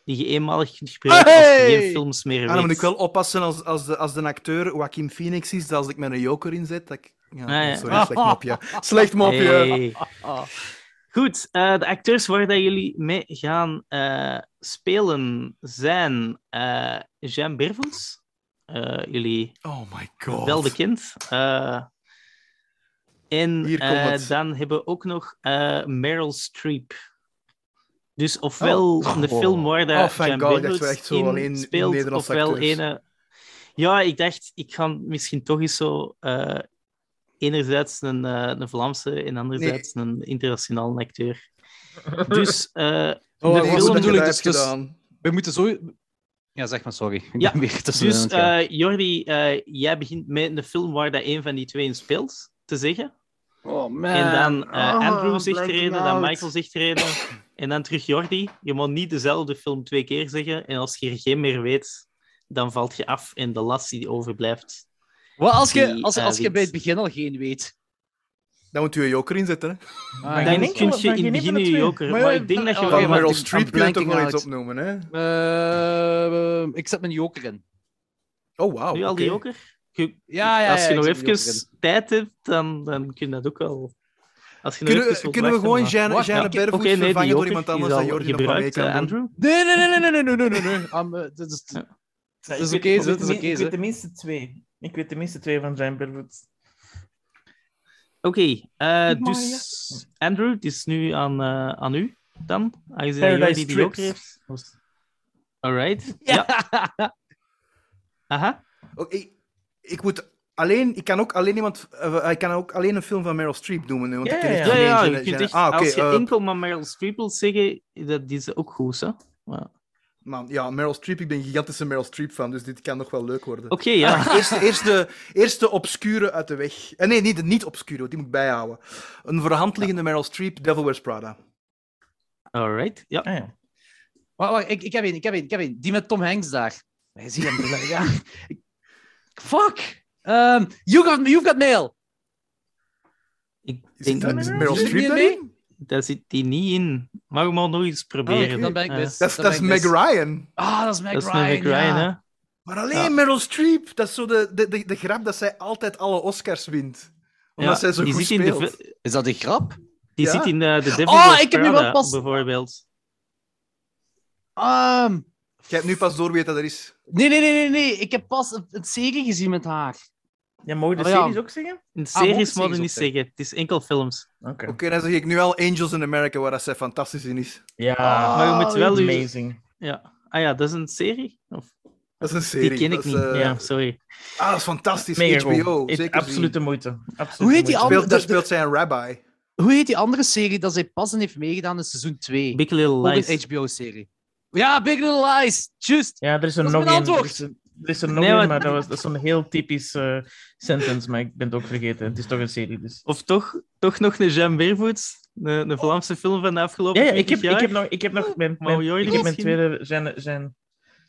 S1: Die je eenmalig kunt gebruiken als je
S4: Hey!
S1: geen films meer
S4: Ah, dan
S1: weet.
S4: moet ik wel oppassen als, als, de, als de acteur Joaquin Phoenix is, dat als ik mijn joker inzet, dat ik... Ja,
S1: Ah, ja.
S4: Sorry, slecht mopje. Slecht mopje.
S1: Hey. Goed, eh, de acteurs waar dat jullie mee gaan eh, spelen zijn eh Jean Bervens. Eh, jullie
S4: Oh my god.
S1: wel bekend. Eh, en
S4: Hier komt
S1: eh,
S4: het.
S1: dan hebben we ook nog eh, Meryl Streep. Dus ofwel
S4: Oh.
S1: een film waar
S4: Oh,
S1: dat
S4: thank
S1: Jean
S4: God, ik dacht
S1: Bervens
S4: wel echt zo, alleen
S1: in
S4: in
S1: speelt,
S4: Nederlandse
S1: ofwel
S4: acteurs.
S1: ene... Ja, ik dacht, ik ga misschien toch eens zo... eh, enerzijds een, eh, een Vlaamse en anderzijds een internationale acteur. Dus eh,
S2: Oh,
S1: de
S2: dat
S4: Nee,
S1: film
S4: goed dat je
S2: bedoel ik
S4: dat
S2: dus,
S4: hebt
S2: dus
S4: gedaan.
S2: we moeten zo... Ja, zeg maar, sorry. Ik
S1: Ja,
S2: ben weer tussen
S1: Dus eh, Jordi, eh, jij begint met een film waar dat een van die twee in speelt, te zeggen.
S2: Oh man.
S1: eh, en dan eh,
S2: Oh,
S1: Andrew zegt
S2: blacking
S1: reden, dan
S2: out.
S1: Michael zegt reden. En dan terug Jordi. Je moet niet dezelfde film twee keer zeggen. En als je er geen meer weet, dan valt je af. En de last die overblijft.
S2: Wat als je,
S1: Die,
S2: als,
S1: eh,
S2: als je
S1: wint.
S2: bij het begin al geen weet?
S4: Dan moet u een joker inzetten, hè.
S1: Dan
S3: ik denk
S1: kun
S3: wel-
S1: je
S3: maar
S1: in het
S3: geen een
S1: begin
S3: van de
S1: je
S3: twee.
S1: joker.
S3: Maar
S1: Maar,
S3: ja,
S1: ik denk dat je
S2: oh,
S1: wel
S4: Van
S2: ja,
S1: wat-
S4: Meryl
S2: ik-
S4: Streep
S2: I'm
S4: kun je toch
S2: blanking
S4: wel
S2: out.
S4: iets opnoemen, hè.
S2: Eh, eh, ik zet mijn joker in.
S4: Oh, wauw.
S1: Nu al die
S4: oké.
S1: joker? Je-
S2: Ja, ja,
S1: als
S2: ja,
S1: je
S2: ik
S1: nog
S2: zet mijn joker
S1: even tijd hebt, dan, dan kun je dat ook wel. Als je nog
S4: Kunnen,
S1: even
S4: we-
S1: wilt
S4: kunnen we
S1: wachten,
S4: gewoon
S1: maar-
S4: Jeanne
S2: Wacht,
S4: Jeanne
S2: ja, oké,
S4: Bervoet
S1: Oké, nee, die
S4: vervangen door
S1: joker
S4: iemand
S1: is
S4: anders dan
S1: al
S4: Jordi nog maar mee
S1: gebruikt, eh,
S4: kan doen?
S1: Andrew.
S2: Nee, nee, nee, nee, nee, nee, nee, nee, nee, nee. Am, eh, dat is-
S1: Ja.
S3: Dat
S2: is oké, zo, dat is oké,
S3: Ik
S2: zo.
S3: weet tenminste twee. Ik weet tenminste twee van Jane Berwood.
S1: Oké, eh,
S3: Niet mooi,
S1: dus Andrew, het is nu aan, eh, aan u dan. Aangezien
S3: Paradise
S1: jullie die joker
S3: Trips.
S1: heeft. Alright. Ja. Aha.
S4: Oké, ik, ik moet alleen... Ik kan ook alleen iemand... eh, ik kan ook alleen een film van Meryl Streep noemen, hè, want
S3: Ja,
S4: ik ken echt
S1: Ja,
S3: ja,
S4: geen
S1: ja,
S4: Jeanne-
S1: je kunt
S4: Jeanne-
S1: echt,
S4: Ah, oké.
S1: als je
S4: eh,
S1: enkel maar Meryl Streep wilt zeggen, dat is ook goed, hè? Ja.
S4: man, ja, Meryl Streep. Ik ben een gigantische Meryl Streep-fan, dus dit kan nog wel leuk worden.
S1: Oké, ja.
S4: Eerst, eerst, de, eerst de obscure uit de weg. Eh, nee, niet de niet-obscure, want die moet ik bijhouden. Een voor de hand liggende Meryl Streep, Devil Wears Prada.
S1: Alright. Ja.
S3: Ah, ja.
S2: Wacht, wacht, ik, ik heb één, ik heb één, ik heb één. Die met Tom Hanks daar. Hij ziet hem. ja. Ik- Fuck! Ehm, you, got, you got mail!
S1: Ik
S4: Is
S1: denk,
S4: dat
S3: dat Meryl
S4: Meryl
S2: Streep
S4: Streep
S2: daarin?
S4: daarin?
S1: daar zit die niet in. Maar we mogen nog eens proberen.
S4: Oh, oké.
S2: Dan ben ik
S1: Eh,
S2: mis.
S4: Dat is-
S2: Dan
S4: dat is
S2: ben ik
S4: Meg
S2: mis.
S1: dus-
S4: Ryan.
S2: Ah, dat is Meg
S1: Dat is
S2: Ryan.
S1: Meg
S2: ja.
S1: Ryan, hè?
S4: Maar alleen
S1: Ja.
S4: Meryl Streep, dat is zo de, de, de, de grap dat zij altijd alle Oscars wint. Omdat
S1: Ja,
S4: zij zo
S1: die
S4: goed
S1: zit in de
S4: speelt.
S1: ve-
S2: Is dat een grap?
S1: Die
S4: Ja.
S1: zit in eh, de Devil
S2: Oh,
S1: Wears
S2: ik heb nu wel
S1: Prada,
S2: pas-
S1: bijvoorbeeld.
S2: Ehm,
S4: Jij hebt nu pas door wie dat er is.
S2: nee, nee, nee, nee, nee. Ik heb pas een, een serie gezien met haar.
S3: ja, mogen we de
S2: Oh, ja.
S3: series ook zeggen?
S1: In
S2: Ah, mogen
S1: series
S2: we
S1: moet je niet
S2: series opzetten?
S1: zeggen. Het is enkel films.
S3: Oké.
S4: Oké, dan zeg ik nu al Angels in America, waar dat zij fantastisch in is.
S3: Ja,
S1: Maar je moet wel uw-
S3: Ah, amazing.
S1: Ja. Ah ja, dat is een serie? Of...
S4: Dat is een serie.
S1: Die ken ik
S4: dat is,
S1: niet.
S4: eh,
S1: Ja, sorry.
S4: Ah, dat is fantastisch.
S3: Mega
S4: HBO,
S3: goed. Het-
S4: zeker
S3: Absolute moeite. Absolute
S2: Hoe heet die
S3: moeite.
S4: zien.
S2: andere-
S4: Speelt, daar
S2: de-
S4: speelt zij een rabbi.
S2: Hoe heet die andere serie dat zij pas in heeft meegedaan in seizoen 2?
S1: Big Little
S2: Ook
S1: Lies.
S2: een HBO-serie. Ja, Big Little Lies. Juist.
S3: Ja, er is er
S2: Dat is
S3: nog
S2: mijn
S3: één. Er
S2: antwoord.
S3: is er, er is er nog
S1: Nee,
S3: één,
S1: maar-
S3: maar dat, was, dat is zo'n heel typisch eh, sentence, maar ik ben het ook vergeten. Het is toch een serie, dus...
S1: Of toch, toch nog een Jean Bervoets? Een, een Vlaamse film van de afgelopen
S3: Oh. Ja, ja ik, heb,
S1: 20
S3: ik, heb
S1: jaar?
S3: nog, ik heb nog mijn,
S1: Wou
S3: mijn,
S1: jij
S3: ik
S1: die
S3: heb mijn
S1: misschien?
S3: tweede... Zijn, zijn...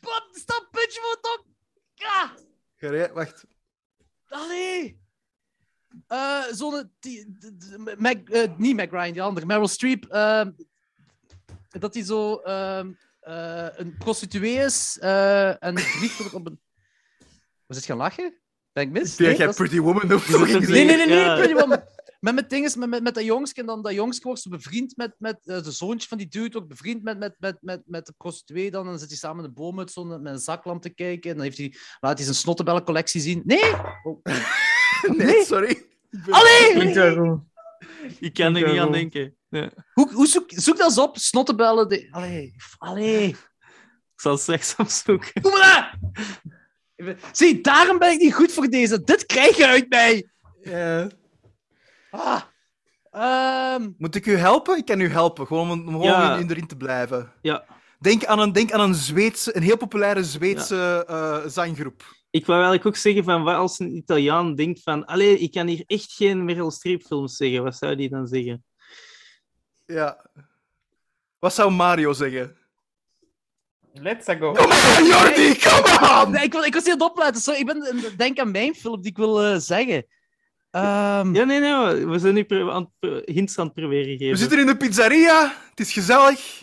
S2: Wat? Stop, putje voor toch? Ah,
S4: Ga jij- Wacht.
S2: allee. Eh Zo'n... die- d- d- Mac, eh, niet Mac Ryan, die andere. Meryl Streep. ehm, dat hij zo ehm, eh, een prostituee is eh, en vliegt er op een... Was het gaan lachen? Ben ik mis?
S4: Jij
S2: Nee,
S4: jij
S2: dat is-
S4: Pretty Woman noemt.
S1: is ook
S4: toch
S1: een
S4: niet?
S2: Nee, nee, nee, nee,
S1: Ja.
S2: Pretty Woman. met, met, dinges, met, met, met dat jongske. En dan dat jongske wordt ze bevriend met, met eh, de zoontje van die dude. Ook bevriend met, met, met, met, met de prostituee. Dan. En dan zit hij samen in een boom met, zo'n- met een zaklamp te kijken. En dan heeft hij, laat hij zijn snottenbellencollectie zien. Nee! Oh.
S4: Nee, sorry.
S3: Klinkt wel goed.
S1: Ik kan er
S3: Ik,
S1: niet
S3: eh,
S1: aan
S3: wel.
S1: denken. Ja.
S2: Hoe, hoe zoek, zoek dat eens op. Snottenbellen. De... Allee. Allee.
S1: Ik zal straks opzoeken.
S2: Kom maar! daar! Zie, daarom ben ik niet goed voor deze. Dit krijg je uit mij.
S4: Ja.
S2: Ah. Ehm,
S4: Moet ik u helpen? Ik kan u helpen, gewoon om, om gewoon
S1: Ja.
S4: in- in erin te blijven.
S1: Ja.
S4: Denk aan een, denk aan een, Zweedse, een heel populaire Zweedse eh, zanggroep.
S1: Ik wou eigenlijk ook zeggen van wat als een Italiaan denkt van allee, ik kan hier echt geen Meryl Streep films zeggen. Wat zou die dan zeggen?
S4: Ja. Wat zou Mario zeggen?
S3: Let's go.
S4: Jordi, come on!
S2: Nee, ik, wil, ik was niet aan het opletten. Sorry, ik ben, eh, denk aan mijn film die ik wil eh, zeggen. Ehm,
S1: Ja, nee, nee. We zijn nu pro- aan, het pro- hints aan het proberen geven.
S4: We zitten in de pizzeria, het is gezellig.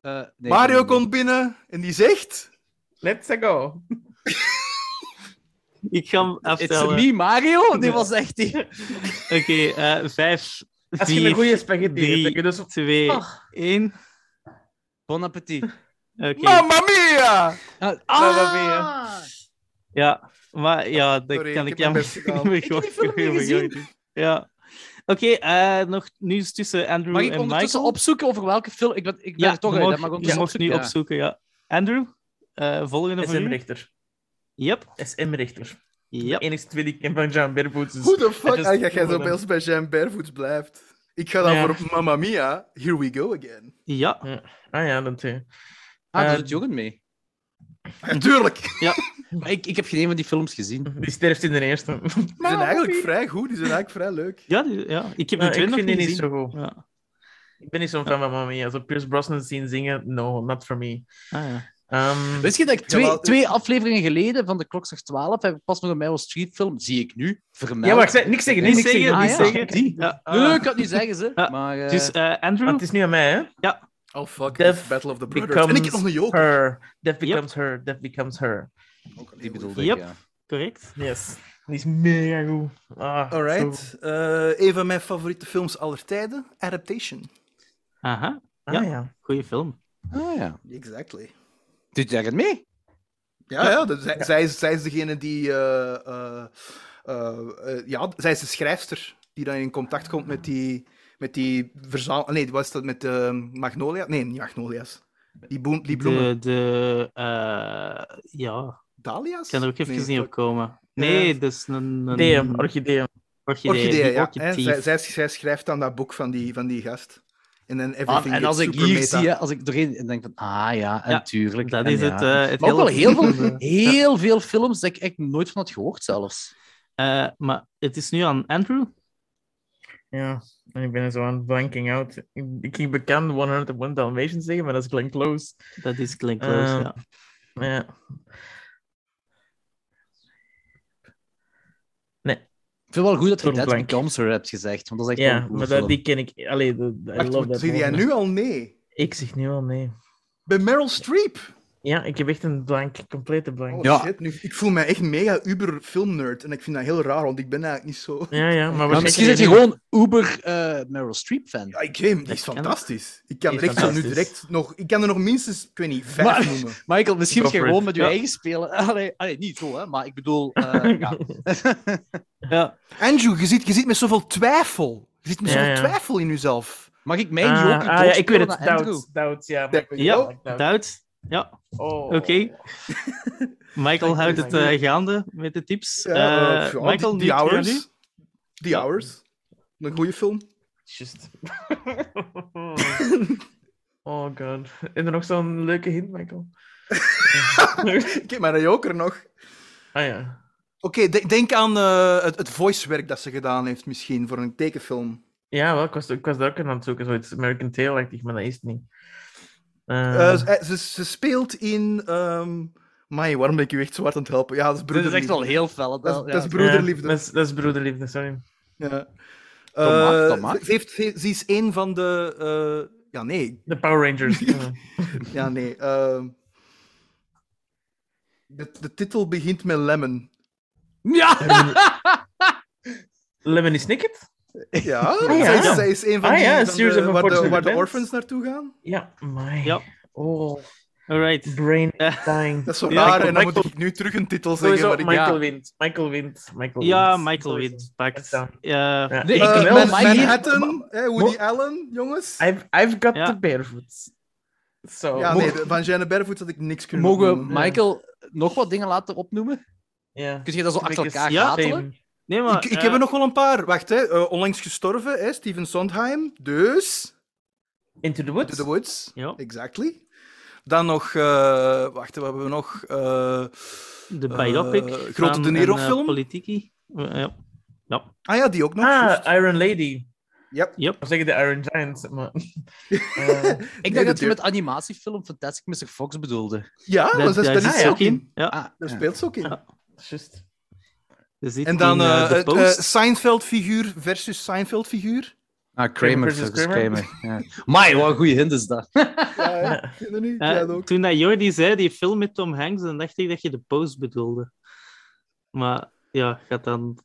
S2: eh, nee,
S4: Mario
S2: ik ben-
S4: komt binnen en die zegt...
S3: Let's go.
S1: Ik ga hem
S2: It's
S1: aftellen. Oké,
S2: me, Mario? Die
S3: Ja.
S2: was echt die.
S1: eh, vijf,
S3: Als je een
S1: vier,
S3: goede spaghetti
S1: drie.
S3: hebt, dan kun je dus...
S1: twee,
S3: Ah.
S1: één.
S2: Bon appetit.
S1: Oké.
S4: Mamma mia!
S2: Ah,
S3: Nou, dat ben je.
S1: Ja, maar ja, dat
S4: Sorry,
S1: kan
S4: ik
S1: ik
S4: heb
S1: jammer
S4: mijn best
S1: niet
S4: gedaan.
S1: meer
S2: heb die
S1: goed-
S2: film niet
S1: goed-
S2: gezien.
S1: goed- Ja. Oké, eh, nog nieuws tussen Andrew
S2: Mag ik
S1: en
S2: ondertussen
S1: Michael.
S2: opzoeken over welke film? Ik ben, ik ben
S1: Ja,
S2: er toch
S1: je
S2: uit,
S1: mag,
S2: hè, maar ik
S1: je
S2: ondertussen
S1: mag nu opzoeken,
S2: opzoeken,
S1: ja. Andrew, eh, volgende voor u.
S3: SM-rechter.
S1: Yep,
S3: SM-rechter.
S1: yep.
S3: Enigste tweede ik ken van Jean Berboets.
S4: Hoe de
S3: Het
S4: fuck
S3: is-
S4: als jij zo bij ons bij Jam Barefoots blijft? Ik ga dan
S3: Ja.
S4: voor Mamma mia, here we go again.
S1: Ja,
S3: Ah ja, dat eh.
S2: Ah, daar
S3: Eh,
S2: doet Jochen mee.
S4: Natuurlijk!
S2: Maar ik, ik heb geen een van die films gezien.
S3: Die sterft in de eerste.
S4: Die zijn eigenlijk vrij goed, die zijn eigenlijk vrij leuk.
S1: ja, die- ja. ik heb de
S3: Maar
S1: twee
S3: Nou, Ah,
S1: nog niet
S3: ik vind die niet
S1: gezien.
S3: zo goed.
S1: Ja.
S3: Ik ben niet zo'n fan van Mamma Mia. Zo Pierce Brosnan zien zingen, no, not for me.
S1: Ah, ja.
S3: Ehm,
S2: Wist je dat ik twee,
S4: Jawel, het-
S2: twee afleveringen geleden van de klok zegt 12 heb ik pas nog een Meryl Street film, zie ik nu, vermeld.
S3: ja, maar ik zei, niks zeggen,
S1: Niet
S3: niks
S1: zeggen,
S3: zeggen.
S2: ah,
S1: niet
S2: ja.
S1: zeggen.
S2: Die.
S1: Ja.
S3: Ah.
S2: Nee, ik kan het niet zeggen, ze.
S1: Ja,
S2: Maar, eh,
S1: Dus eh,
S3: Want het
S1: Andrew,
S3: is nu aan mij, hè?
S4: Oh fuck,
S3: Death
S4: it's Battle of the Brothers.
S3: Becomes
S4: En ik heb nog een joker.
S3: her. Death becomes her. Death becomes her.
S2: die bedoelde ik,
S1: Yep.
S2: ja.
S1: correct.
S3: Yes. Die is mega goed. Ah, zo
S4: Alright, eh, een van mijn favoriete films aller tijden, Adaptation.
S1: Aha,
S3: goed.
S1: Ja.
S3: Ah, ja.
S1: goede film.
S2: Ah ja.
S4: Exactly.
S2: Doet jij het mee?
S4: Ja, ja, dat- zij, Zij, is, zij is degene die. eh, eh, eh, eh, ja, zij is de schrijfster die dan in contact komt met die. Met die verzaal. Nee, was dat met de Magnolia? Nee, niet Magnolia's. Die, boem, die
S1: De,
S4: bloemen.
S1: de eh, ja,
S4: Dahlia's?
S1: ik kan er ook even
S4: Nee,
S1: niet op komen. Nee, dat is een... een
S3: DM, orchidee.
S1: orchidee.
S4: Orchidee,
S1: die
S4: ja. hè,
S1: orchidief.
S4: Zij, zij, zij schrijft dan dat boek van die, van die gast. En dan everything
S2: Ah, en
S4: gets
S2: als ik
S4: super
S2: hier
S4: meta.
S2: zie, hè, als ik doorheen en denk van, ah ja, en
S1: Ja,
S2: tuurlijk.
S1: Dat
S2: en
S1: is
S2: ja.
S1: het, eh, het
S2: Maar ook wel heel veel,
S1: opvallende.
S2: heel veel films dat ik echt nooit van had gehoord zelfs.
S1: Eh, maar het is nu aan Andrew.
S3: Ja. En ik ben er zo aan blanking out. Ik, ik ging bekend 101 Dalmatians zeggen, maar dat is Glenn Close.
S1: Dat is Glenn Close,
S3: Eh,
S1: ja.
S3: Ja.
S2: Ik vind het wel goed dat je
S3: Door
S2: Dead
S3: blank.
S2: Becomes Her hebt gezegd, want dat is echt wel
S3: Ja,
S2: een goede
S3: maar dat,
S2: film.
S3: die ken ik. Allee, de, de- I
S4: Wacht,
S3: love that
S4: zie jij
S3: moment.
S4: nu al nee?
S3: Ik zeg nu al nee.
S4: Bij Meryl Streep.
S3: Ja, ik heb echt een blank, complete blank.
S4: Oh
S2: Ja.
S4: shit, nu, ik voel mij echt mega uber filmnerd. En ik vind dat heel raar, want ik ben eigenlijk niet zo.
S3: Ja, ja, maar,
S2: Maar misschien zit je gewoon uber eh, Meryl Streep fan.
S4: Ja, ik weet hem, die is
S1: kan.
S4: fantastisch. Ik kan,
S3: Die
S4: er
S3: is
S4: echt zo nu
S3: fantastisch.
S4: direct nog, ik kan er nog minstens, ik weet niet, vijf
S2: Maar-
S4: noemen.
S2: Michael, misschien
S3: Go
S2: moet je
S3: for
S2: gewoon
S3: it.
S2: met je
S1: Ja.
S2: eigen spelen. Allee, allee, niet zo, hè, maar ik bedoel. eh, ja.
S1: ja.
S4: Andrew, je zit, je zit met zoveel twijfel. Je zit met
S3: Ja,
S4: zoveel
S3: ja.
S4: twijfel in jezelf.
S2: Mag ik mijn
S3: Ah,
S2: joker
S3: ah, ja, ik weet
S2: doorspelen
S3: het.
S2: naar Andrew?
S3: Doubt, doubt, ja.
S4: There we
S1: Ja.
S4: go.
S3: Doubt.
S1: Duit. Ja,
S3: Oh.
S1: oké. Michael houdt het eh, gaande met de tips.
S4: Ja,
S1: Eh,
S4: eh, ja,
S1: Michael,
S4: The
S1: die
S4: Hours.
S1: hours.
S4: The Hours. Een goede film.
S3: Just. oh god. En er nog zo'n leuke hint, Michael.
S4: Ik heb maar een joker nog. Oké,
S3: ah ja.
S4: de- denk aan eh, het, het voicewerk dat ze gedaan heeft misschien voor een tekenfilm.
S3: Ja, wel, ik was, ik was daar ook aan het zoeken. Zoiets American Tail-achtig, maar dat is het niet. Eh,
S4: Eh, ze- eh, ze, ze speelt in... ehm Mai, waarom ben ik u echt zo hard aan het helpen? Ja, dat is
S2: Dit is
S4: broederliefde.
S2: echt wel heel fel. Dat,
S4: Dat
S2: ja.
S4: is- dat is
S3: ja,
S4: broederliefde.
S3: dat, is, dat is broederliefde, sorry.
S4: Ja.
S2: mag,
S4: Eh,
S2: dat mag.
S4: Ze, heeft, ze, ze is een van de. eh, ja, nee.
S3: De Power Rangers. Eh, ja.
S4: Ja, nee. eh, de, de titel begint met Lemon.
S2: Ja!
S3: Lemony Snicket?
S4: Ja,
S3: Ah, ja.
S4: Zij, is, zij is een van
S3: Ah,
S4: die
S3: ja,
S4: van
S3: Series
S4: de-
S3: of
S4: waar, de,
S3: Unfortunate
S4: waar de
S3: Events.
S4: orphans naartoe gaan.
S3: Ja, my.
S1: Ja. Eh.
S3: Oh,
S1: Alright.
S3: brain
S1: Ja.
S3: dying.
S4: Dat is zo
S1: Ja,
S4: raar, en dan
S1: Michael-
S4: moet ik nu terug een titel zeggen.
S3: Sowieso,
S4: Maar ik...
S1: Mike-
S3: Michael
S1: Ja.
S3: wint. Michael wint. Michael
S1: Ja,
S3: wint.
S1: Michael
S3: Sowieso.
S1: Wint. Pakt.
S3: Ja.
S1: Ja.
S3: Ja.
S2: Nee,
S3: Ik
S4: Eh,
S2: wel,
S4: Man-
S2: maar hier-
S4: Manhattan, eh, Woody
S3: Mo-
S4: Allen, jongens.
S3: I've, I've got
S1: Ja.
S3: the barefoot.
S1: Oh.
S3: Zo.
S4: Ja,
S3: Mo-
S4: nee, de- van Jeanne Barefoot had ik niks kunnen
S2: Mogen we
S4: opnoemen.
S2: Michael nog wat dingen laten opnoemen?
S3: ja.
S2: Kun je dat zo achter elkaar
S1: Ja.
S2: ratelen?
S3: Same.
S1: Nee, maar...
S4: Ik, ik
S1: eh,
S4: heb er nog wel een paar. Wacht, hè. eh, onlangs gestorven, hè, Steven Sondheim. Dus...
S3: Into the
S4: To
S3: Woods.
S4: the Woods.
S1: Ja.
S4: Exactly. Dan nog... eh, wacht, wat hebben we nog? Eh,
S1: De
S4: Eh,
S1: biopic.
S4: grote
S1: van
S4: De Niro
S1: een, eh,
S4: film?
S1: Politieki. Eh, ja. Ja.
S4: ah ja, die ook nog.
S1: eh,
S4: juist.
S3: Ah, Iron Lady.
S4: Yep.
S1: Yep.
S3: Of zeggen de Iron Giant. Maar... Eh,
S2: Ik
S4: dat
S2: dacht dat je
S4: duurt-
S2: met animatiefilm Fantastic Mr. Fox bedoelde.
S4: Ja, maar dat, dat,
S1: zit
S4: is ook in.
S1: Ja,
S2: Ah,
S4: Daar
S2: ja.
S4: speelt ze ook in.
S1: Ja.
S3: just.
S1: dat zit
S4: En dan
S1: in, eh,
S4: eh,
S1: de
S4: het
S1: post.
S4: Seinfeld-figuur versus Seinfeld-figuur.
S2: Ah,
S3: Kramer
S2: Kramer
S3: versus
S2: versus
S3: Kramer.
S2: Kramer. Ja. Maar wat een goede hint is dat.
S4: Ja, hè.
S3: Ja.
S4: Ken je niet?
S1: Eh,
S4: Ja, dat ook.
S1: toen dat Jordi zei, die film met Tom Hanks, dan dacht ik dat je de post bedoelde. Maar ja, gaat dan...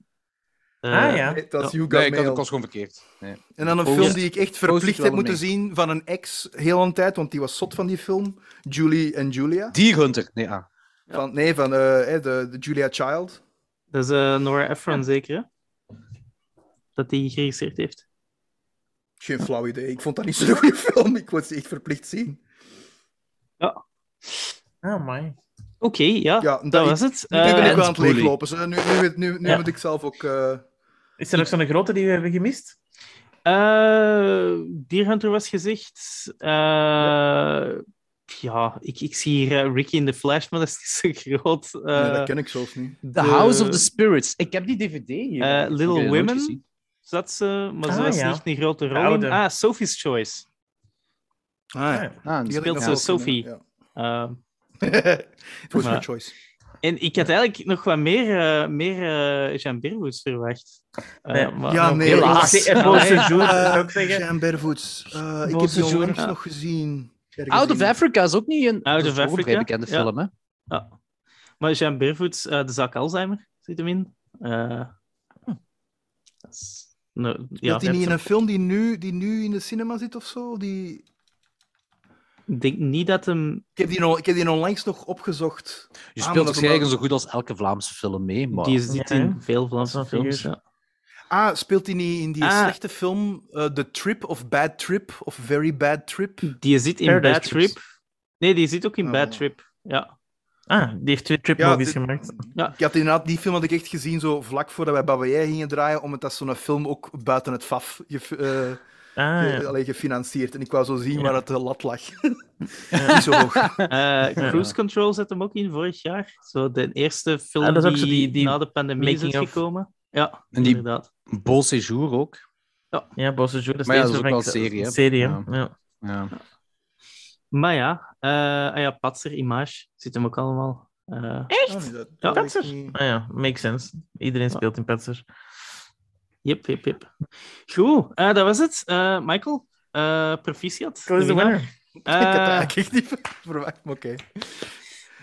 S1: eh,
S3: Ah ja.
S4: Nee, Dat is You Got
S2: Nee, ik had
S4: Mail.
S2: het ook gewoon verkeerd. Nee.
S4: En dan een
S2: Post-
S4: film die ik echt
S2: Post
S4: verplicht
S2: is wel
S4: heb moeten
S2: mee.
S4: zien van een ex heel een tijd, want die was zot van die film. Julie en Julia.
S2: Dierhunter. Nee, ah.
S4: Van, nee, van eh, eh, de, de Julia Child.
S1: Dat is eh, Nora Ephron zeker, hè? Dat die geregisseerd heeft.
S4: Geen flauw idee. Ik vond dat niet zo'n goede film. Ik wou ze echt verplicht zien.
S3: Ah, my.
S1: Oké, ja,
S4: Ja,
S1: Ah, dat,
S4: dat-
S1: was het.
S4: Nu ben
S1: Eh,
S4: ik wel aan het
S2: Bully.
S4: leeglopen. zo. Nu, nu, nu, nu
S3: Ja.
S4: moet ik zelf ook... eh,
S3: Is er nog zo'n grote die we hebben gemist?
S1: eh, Dierhunter was gezegd. Eh, ja, ik, ik zie hier eh, Ricky in the Flash, maar dat is niet zo groot. Eh,
S4: nee, dat ken ik zelfs niet.
S2: The House of the Spirits. Ik heb die DVD hier.
S1: Eh,
S2: Ik heb
S1: Little
S2: die nooit
S1: Women?
S2: gezien.
S1: Zat ze, maar ze
S3: Ah,
S1: was
S3: ja.
S1: niet een grote
S3: De
S1: rol in.
S3: oude.
S1: Ah, Sophie's Choice.
S4: Ah, ja.
S3: Ah,
S2: Ah,
S4: Die
S2: dus-
S4: had ik
S1: Speelt
S4: nog
S1: ze
S4: wel kunnen,
S1: Sophie?
S4: ja.
S1: Eh,
S4: Het was
S1: Maar-
S4: mijn choice.
S1: en ik had eigenlijk nog wat meer, eh, meer eh Jean Berwoods verwacht. Eh,
S3: Nee.
S1: maar-
S4: Ja, nee.
S3: Ik wou
S2: Helaas.
S3: zeggen- ik wou
S1: Nee.
S3: Sojour
S4: Eh,
S3: ook zeggen.
S4: Jean Bervoets. Eh, ik heb
S1: Boze
S4: die
S1: Joan,
S4: onlangs
S1: ja.
S4: nog gezien. Ergens
S2: Out of
S4: in-
S2: Africa is ook niet een,
S1: Out
S2: dat
S1: of
S2: is ook een vrij
S1: Africa,
S2: bekende
S1: ja.
S2: film. Hè?
S1: Ja. Maar Jean Bervoets, eh, de zak Alzheimer, zit hem in. Eh, dat is- nou, ja,
S4: Speelt hij niet in een
S1: dat-
S4: film die nu, die nu in de cinema zit of zo? Die...
S1: Ik denk niet dat hem...
S4: Ik, heb die on- ik heb die onlangs nog opgezocht.
S2: Je
S4: Ah,
S2: speelt
S4: maar dat is
S2: waarschijnlijk
S4: omdat-
S2: zo goed als elke Vlaamse film mee. Maar...
S1: Die zit
S3: Ja,
S1: in
S3: hè?
S1: veel Vlaamse
S3: Zo'n
S1: films.
S3: figuur.
S1: Ja.
S4: Ah, speelt hij niet in die
S1: Ah.
S4: slechte film eh, The Trip of Bad Trip of Very Bad Trip?
S1: Die zit in
S3: Paradise
S1: Bad
S3: Trips.
S1: Trip. Nee, die zit ook in
S4: Ah,
S1: Bad
S4: voilà.
S1: Trip. Ja.
S3: Ah, die heeft twee trip
S4: Ja,
S3: movies
S4: dit-
S3: gemaakt.
S4: Ik had inderdaad, die film had ik echt gezien zo vlak voordat wij Babayer gingen draaien, omdat dat zo'n film ook buiten het FAF gef- eh,
S3: Ah,
S4: ge-
S3: ja.
S4: allee, gefinancierd. En ik wou zo zien
S3: Ja.
S4: waar het de lat lag. niet zo hoog.
S1: Eh, Cruise Control zat hem ook in vorig jaar. Zo de eerste film
S3: Ah, dat is ook
S1: die,
S3: zo die- die
S1: na de pandemie is
S3: making of.
S1: gekomen. Ja,
S2: En die-
S1: inderdaad.
S2: Beau Séjour ook.
S3: ja Boze Jour, dat is
S2: Maar ja,
S3: de
S2: dat is ook
S3: eerste van-
S2: wel een serie, hè?
S3: serie, hè?
S2: Ja.
S3: Ja.
S2: Ja.
S1: Maar ja, eh, ah ja Patser, Image, zit hem ook allemaal. Eh,
S4: Ah, nee, dat,
S1: Ja.
S4: dat
S3: Patser.
S4: weet ik niet.
S3: Ah ja, makes sense. Iedereen speelt in Petser.
S1: Jep, jep, jep. Goed, eh, dat was het. Eh, Michael, eh, proficiat.
S3: Who is the
S1: De winnaar.
S3: winner?
S4: Ik had dat
S1: Eh,
S4: eigenlijk echt niet verwacht, maar oké.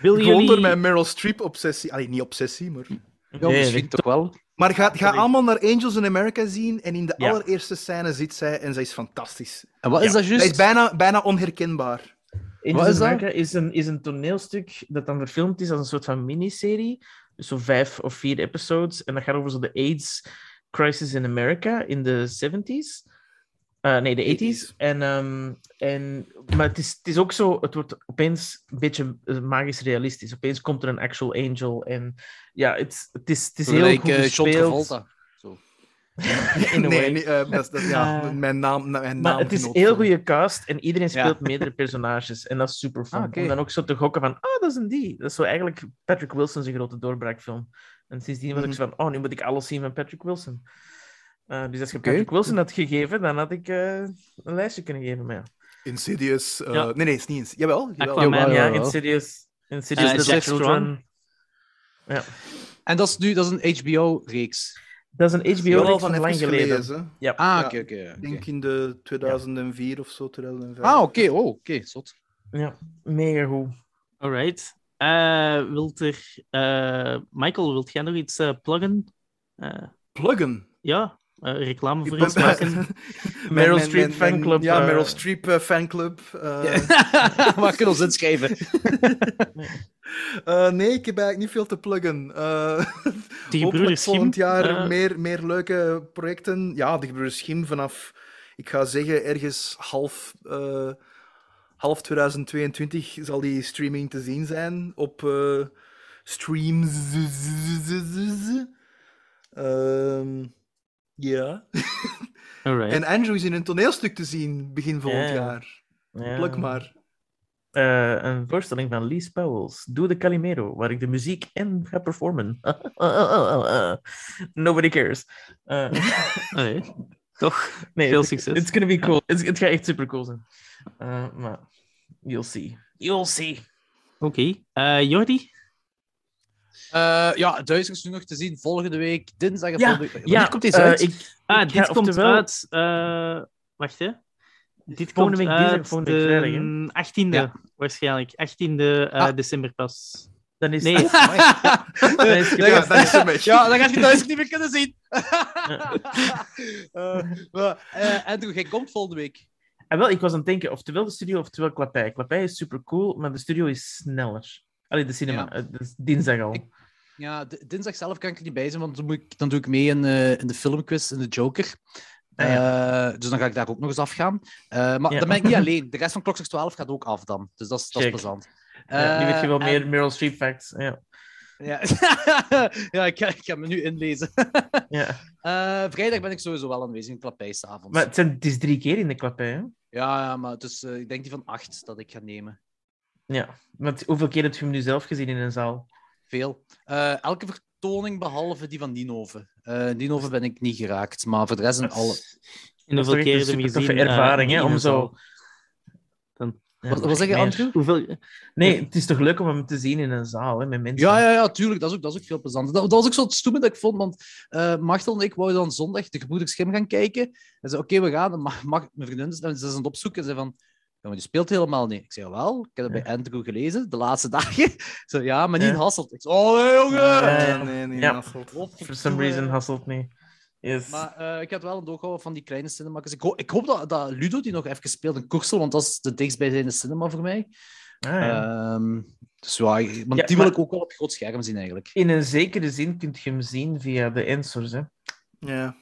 S1: wil
S4: Gewoon
S1: jullie...
S4: door mijn Meryl Streep-obsessie. Allee, niet obsessie, maar...
S2: Ja,
S3: Nee,
S2: misschien toch wel.
S4: Maar ga, ga
S3: Sorry.
S4: allemaal naar Angels in America zien en in de
S3: Ja.
S4: allereerste scène zit zij en zij is fantastisch.
S2: En wat
S3: Ja.
S2: is dat
S4: Zij is
S2: juist?
S4: bijna, bijna onherkenbaar.
S3: Angels
S2: Wat is dat?
S3: in America is een, is een toneelstuk dat dan verfilmd is als een soort van miniserie. Dus zo vijf of vier episodes. En dat gaat over zo de AIDS crisis in America in de 70s. Eh, nee, de 80s. En, ehm, en, maar het is, het is ook zo, het wordt opeens een beetje eh, magisch realistisch. Opeens komt er een actual angel. En ja, het, het is, het is heel
S2: Gelijk,
S3: goed
S2: eh, John
S3: gespeeld.
S2: Travolta.
S3: in a way.
S4: Nee, nee eh, dat, is- dat, ja,
S1: Ah.
S4: mijn naam. Mijn
S3: Maar
S4: naam
S3: het is een heel goede cast en iedereen
S2: Ja.
S3: speelt meerdere personages. En dat is super fun.
S2: Ah, oké.
S3: Om dan ook zo te gokken van, ah, dat is een die. Dat is zo eigenlijk Patrick Wilson zijn grote doorbraakfilm. En sindsdien was ik zo van, oh, nu moet ik alles zien van Patrick Wilson. Eh, dus als je
S2: Oké.
S3: Patrick Wilson had gegeven, dan had ik eh, een lijstje kunnen geven. Maar ja,
S4: Insidious. eh,
S1: Ja.
S4: Nee, nee, is niet Insidious. Jawel. jawel.
S1: Aquaman.
S2: Jawel,
S1: Ah,
S3: ja
S2: jawel.
S3: Insidious, Insidious
S1: Eh,
S3: The
S1: Jack
S3: Black
S1: Straw.
S3: Children.
S2: En dat is nu dat is een HBO-reeks.
S3: Dat is een
S4: Jawel,
S3: HBO-reeks van
S4: even
S3: lang geleden.
S4: gelezen.
S3: Ja.
S2: Ah,
S4: Ja,
S2: oké, oké.
S4: Ik eh.
S2: oké.
S4: denk in de 2004 of zo, 2005.
S2: Ah, oké, oh, oké, zot.
S3: Ja, mega goed.
S1: Alright. Eh, wilt er, eh, Michael, wilt jij nog iets eh, pluggen? Eh,
S4: Pluggen.
S1: Ja, eh, reclame voor
S4: ben-
S1: iets maken.
S3: Meryl
S4: Mijn-
S3: Streep
S4: mijn- mijn-
S3: fanclub,
S4: Ja,
S3: eh.
S4: Meryl Streep eh, fanclub. eh,
S2: Waar kunnen we ons inschrijven?
S4: eh, nee, ik heb eigenlijk niet veel te pluggen. Eh,
S1: Die
S4: hopelijk
S1: broeder
S4: volgend jaar
S1: eh,
S4: meer, meer leuke projecten. Ja, de Gebroeders Schim vanaf, ik ga zeggen, ergens half, eh, half 2022 zal die streaming te zien zijn op eh, streams. Ehm, ja.
S1: alright.
S4: En Andrew is in een toneelstuk te zien begin volgend
S3: Ja.
S4: jaar.
S3: Ja.
S4: Pluk maar.
S3: Eh, een voorstelling van Lee Powells, Doe de Calimero, waar ik de muziek en ga performen. Nobody cares. Eh,
S1: Alright. Toch,
S3: nee,
S1: veel
S3: het-
S1: succes.
S3: It's gonna be cool. It's- Het gaat echt super cool zijn. Eh, maar, you'll see. You'll see.
S1: Oké. Eh, Jordi?
S2: Eh, ja, Duizend is nu nog te zien volgende week, dinsdag. en
S3: Ja,
S2: volgende week. Wanneer komt deze
S3: eh,
S2: uit?
S3: ik,
S1: Ah,
S3: Ik ga-
S1: dit komt
S3: oftewel-
S1: uit... eh, wacht, hè. Dit
S3: Volgende
S1: komt
S3: week dinsdag,
S1: uit
S3: volgende week vrijdag, hè?
S1: de 18e,
S2: Ja.
S1: waarschijnlijk. 18e eh,
S2: Ah.
S1: december pas.
S3: dan is
S1: Nee.
S3: dan is-
S2: Ja,
S4: dat is een beetje.
S2: Ja, dan gaat je Duizend niet meer kunnen zien. Eh, maar, eh, Andrew, jij komt volgende week.
S3: Ah, wel, ik was aan het denken, oftewel de studio, oftewel Klapij. Klapij is super cool, maar de studio is sneller. Allee, de cinema.
S2: Ja.
S3: eh, dat is dinsdag al.
S2: Ik- Ja, d- dinsdag zelf kan ik er niet bij zijn, want dan, moet ik, dan doe ik mee in, eh, in de filmquiz in de Joker.
S3: Ah,
S2: Eh, dus dan ga ik daar ook nog eens afgaan. Eh, maar
S3: Ja.
S2: dan ben ik niet alleen. De rest van Klokslag 12 gaat ook af dan. Dus dat is, dat is
S3: Check.
S2: plezant.
S3: Ja, nu weet je wel
S2: Eh,
S3: meer Meryl Streep facts. Ja.
S2: en- Ja, ja ik, ga, ik ga me nu inlezen.
S3: Ja.
S2: Eh, vrijdag ben ik sowieso wel aanwezig in Klapijsavond.
S3: Maar het, zijn, het is drie keer in de Klapij, hè?
S2: Ja, ja, maar dus, eh, ik denk die van 8 dat ik ga nemen.
S3: Ja, want hoeveel keer heb je hem nu zelf gezien in een zaal?
S2: Veel. Eh, elke vertoning behalve die van Ninove. Eh Ninove ben ik niet geraakt, maar voor de rest zijn
S3: Dat is-
S2: alle...
S1: En
S3: dat is
S1: hoeveel
S3: toch
S1: keer
S3: echt
S1: hebben
S3: een
S1: we
S3: supertoffe
S1: gezien? eh,
S3: ervaring, hè,
S1: in
S3: om
S1: een
S3: zo-
S1: zaal?
S3: Ja,
S2: Wat,
S3: maar
S2: wat zeg je,
S3: meer.
S2: Andrew?
S1: Hoeveel...
S3: Nee, het is toch leuk om hem te zien in een zaal, hè, met mensen.
S2: Ja, ja, ja, tuurlijk. Dat is ook, dat is ook veel plezanter. Dat, dat was ook zo het stoeme dat ik vond, want eh Martel en ik wouden dan zondag de Gebroeders Schim gaan kijken. En zei, oké, we gaan. En Ma- Ma- mijn vriendin is, en ze is aan het opzoeken en zei van, ja, maar die speelt helemaal niet. Ik zei, wel, ik heb het bij Andrew gelezen, de laatste dagen. Zo, ja, maar niet
S3: Ja.
S2: in Hasselt. Ik zei, oh, nee, jongen!
S3: Eh,
S4: Nee, nee, nee.
S3: Ja.
S4: Hasselt.
S3: For some
S4: eh,
S3: reason hasselt niet. Yes.
S2: Maar eh, ik had wel een doorhouden van die kleine cinemakers. Ik, ho- ik hoop dat, dat Ludo die nog even speelt in Koersel, want dat is de dichtstbijzijnde cinema voor mij.
S3: Ah, ja.
S2: Ehm, dus ja, ik- want
S3: Ja,
S2: die
S3: maar-
S2: wil ik ook wel op groot scherm zien eigenlijk.
S3: In een zekere zin kun je hem zien via de Ensors, hè.
S4: Ja.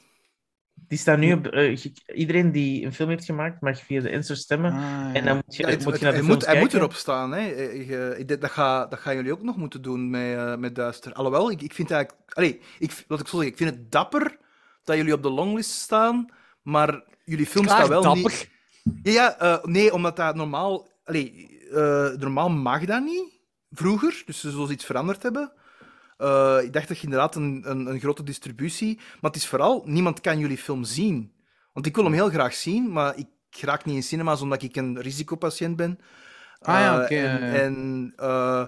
S3: Die staan nu op... eh, je- iedereen die een film heeft gemaakt, mag via de Ensors stemmen.
S2: Ah,
S3: En
S2: ja.
S3: dan moet je,
S4: Ja, het-
S3: moet
S4: het-
S3: je naar de
S4: hij
S3: films
S4: moet, hij moet
S3: kijken.
S4: erop staan. Hè. Ik, eh, ik denk dat, ga, dat gaan jullie ook nog moeten doen met, eh, met Duister. Alhoewel, ik, ik vind eigenlijk... Allee, ik, wat ik zo zeg, ik vind het dapper dat jullie op de longlist staan, maar jullie film
S2: Klaar,
S4: staat wel
S2: dapper.
S4: niet... Ja, ja eh, nee, omdat dat normaal... Allee, eh, normaal mag dat niet, vroeger. Dus ze zullen iets veranderd hebben. Eh, ik dacht dat je inderdaad een, een, een grote distributie... Maar het is vooral, niemand kan jullie film zien. Want ik wil hem heel graag zien, maar ik raak niet in cinema's omdat ik een risicopatiënt ben.
S2: Ah ja,
S4: Eh,
S2: oké,
S4: en
S2: ja, ja.
S4: en eh,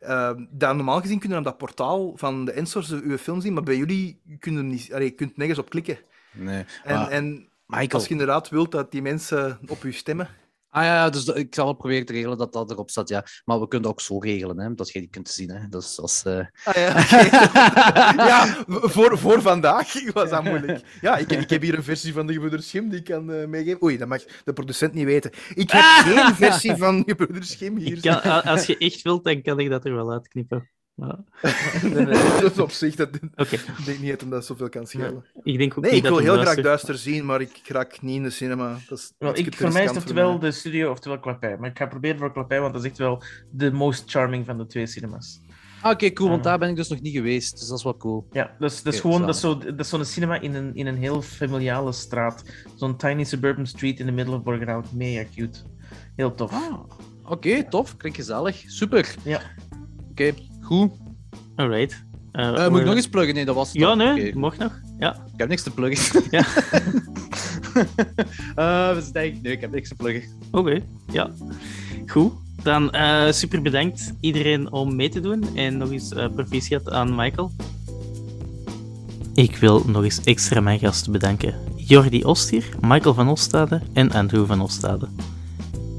S4: eh, daar normaal gezien kunnen we op dat portaal van de Ensource uw film zien, maar bij jullie kunnen hem niet, allee, je kunt nergens op klikken.
S2: Nee.
S4: En,
S2: maar-
S4: en
S2: Ah, Michael.
S4: als je inderdaad wilt dat die mensen op u stemmen,
S2: Ah ja, ja, dus dat- ik zal wel proberen te regelen dat dat erop staat, ja. Maar we kunnen dat ook zo regelen, hè, dat je die kunt zien, hè. Dus als... eh,
S4: Ah, ja, oké. ja voor, voor vandaag was dat moeilijk. Ja, ik, ik heb hier een versie van de Gebroeders Schim die ik kan eh, meegeven. Oei, dat mag de producent niet weten. Ik heb geen versie van Gebroeders Schim hier.
S1: Ik kan- a- als je echt wilt, dan kan ik dat er wel uitknippen. Maar,
S4: Dus op zich, dat ik
S1: Oké,
S4: denk niet dat hem dat zoveel kan schelen.
S1: ik denk ook
S4: Nee,
S1: niet
S4: ik
S1: dat
S4: wil
S1: hem
S4: heel graag
S1: luistert.
S4: duister zien, maar ik raak niet in de cinema. Dat is
S3: Wel,
S4: ietske
S3: ik,
S4: te
S3: voor mij is het
S4: riskant
S3: oftewel
S4: mij.
S3: de studio oftewel Klapij. Maar ik ga proberen voor Klapij, want dat is echt wel de most charming van de twee cinemas.
S2: ah, Oké, cool, want
S3: Ja.
S2: daar ben ik dus nog niet geweest, dus dat is wel cool.
S3: Ja, dus dat is
S2: Oké,
S3: gewoon dat is zo, dat is zo'n cinema in een, in een heel familiale straat. Zo'n tiny suburban street in the middle of Borgerhout. Mega cute. Heel tof.
S2: Ah, oké, tof, klinkt gezellig, super.
S3: Ja.
S2: Oké, goed.
S1: Alright. Eh,
S2: Eh, moet
S1: we-
S2: ik nog eens pluggen? Nee, dat was het
S1: Ja,
S2: dan.
S1: nee,
S2: Oké,
S1: mocht nog. Ja,
S2: ik heb niks te pluggen.
S1: Ja.
S2: Eh, dus denk ik, nee, ik heb niks te pluggen.
S1: oké. Ja. Goed. Dan eh, super bedankt iedereen om mee te doen. En nog eens eh, proficiat aan Michael. Ik wil nog eens extra mijn gasten bedanken. Jordi Ostier, Michael van Ostade en Andrew van Ostade.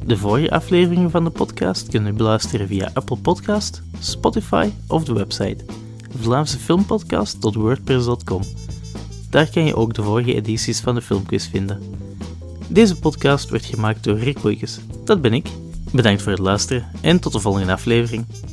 S1: De vorige afleveringen van de podcast kunnen u beluisteren via Apple Podcast, Spotify of de website vlaamsefilmpodcast.wordpress.com. Daar kan je ook de vorige edities van de filmquiz vinden. Deze podcast werd gemaakt door Rick Boeikens. Dat ben ik. Bedankt voor het luisteren en tot de volgende aflevering.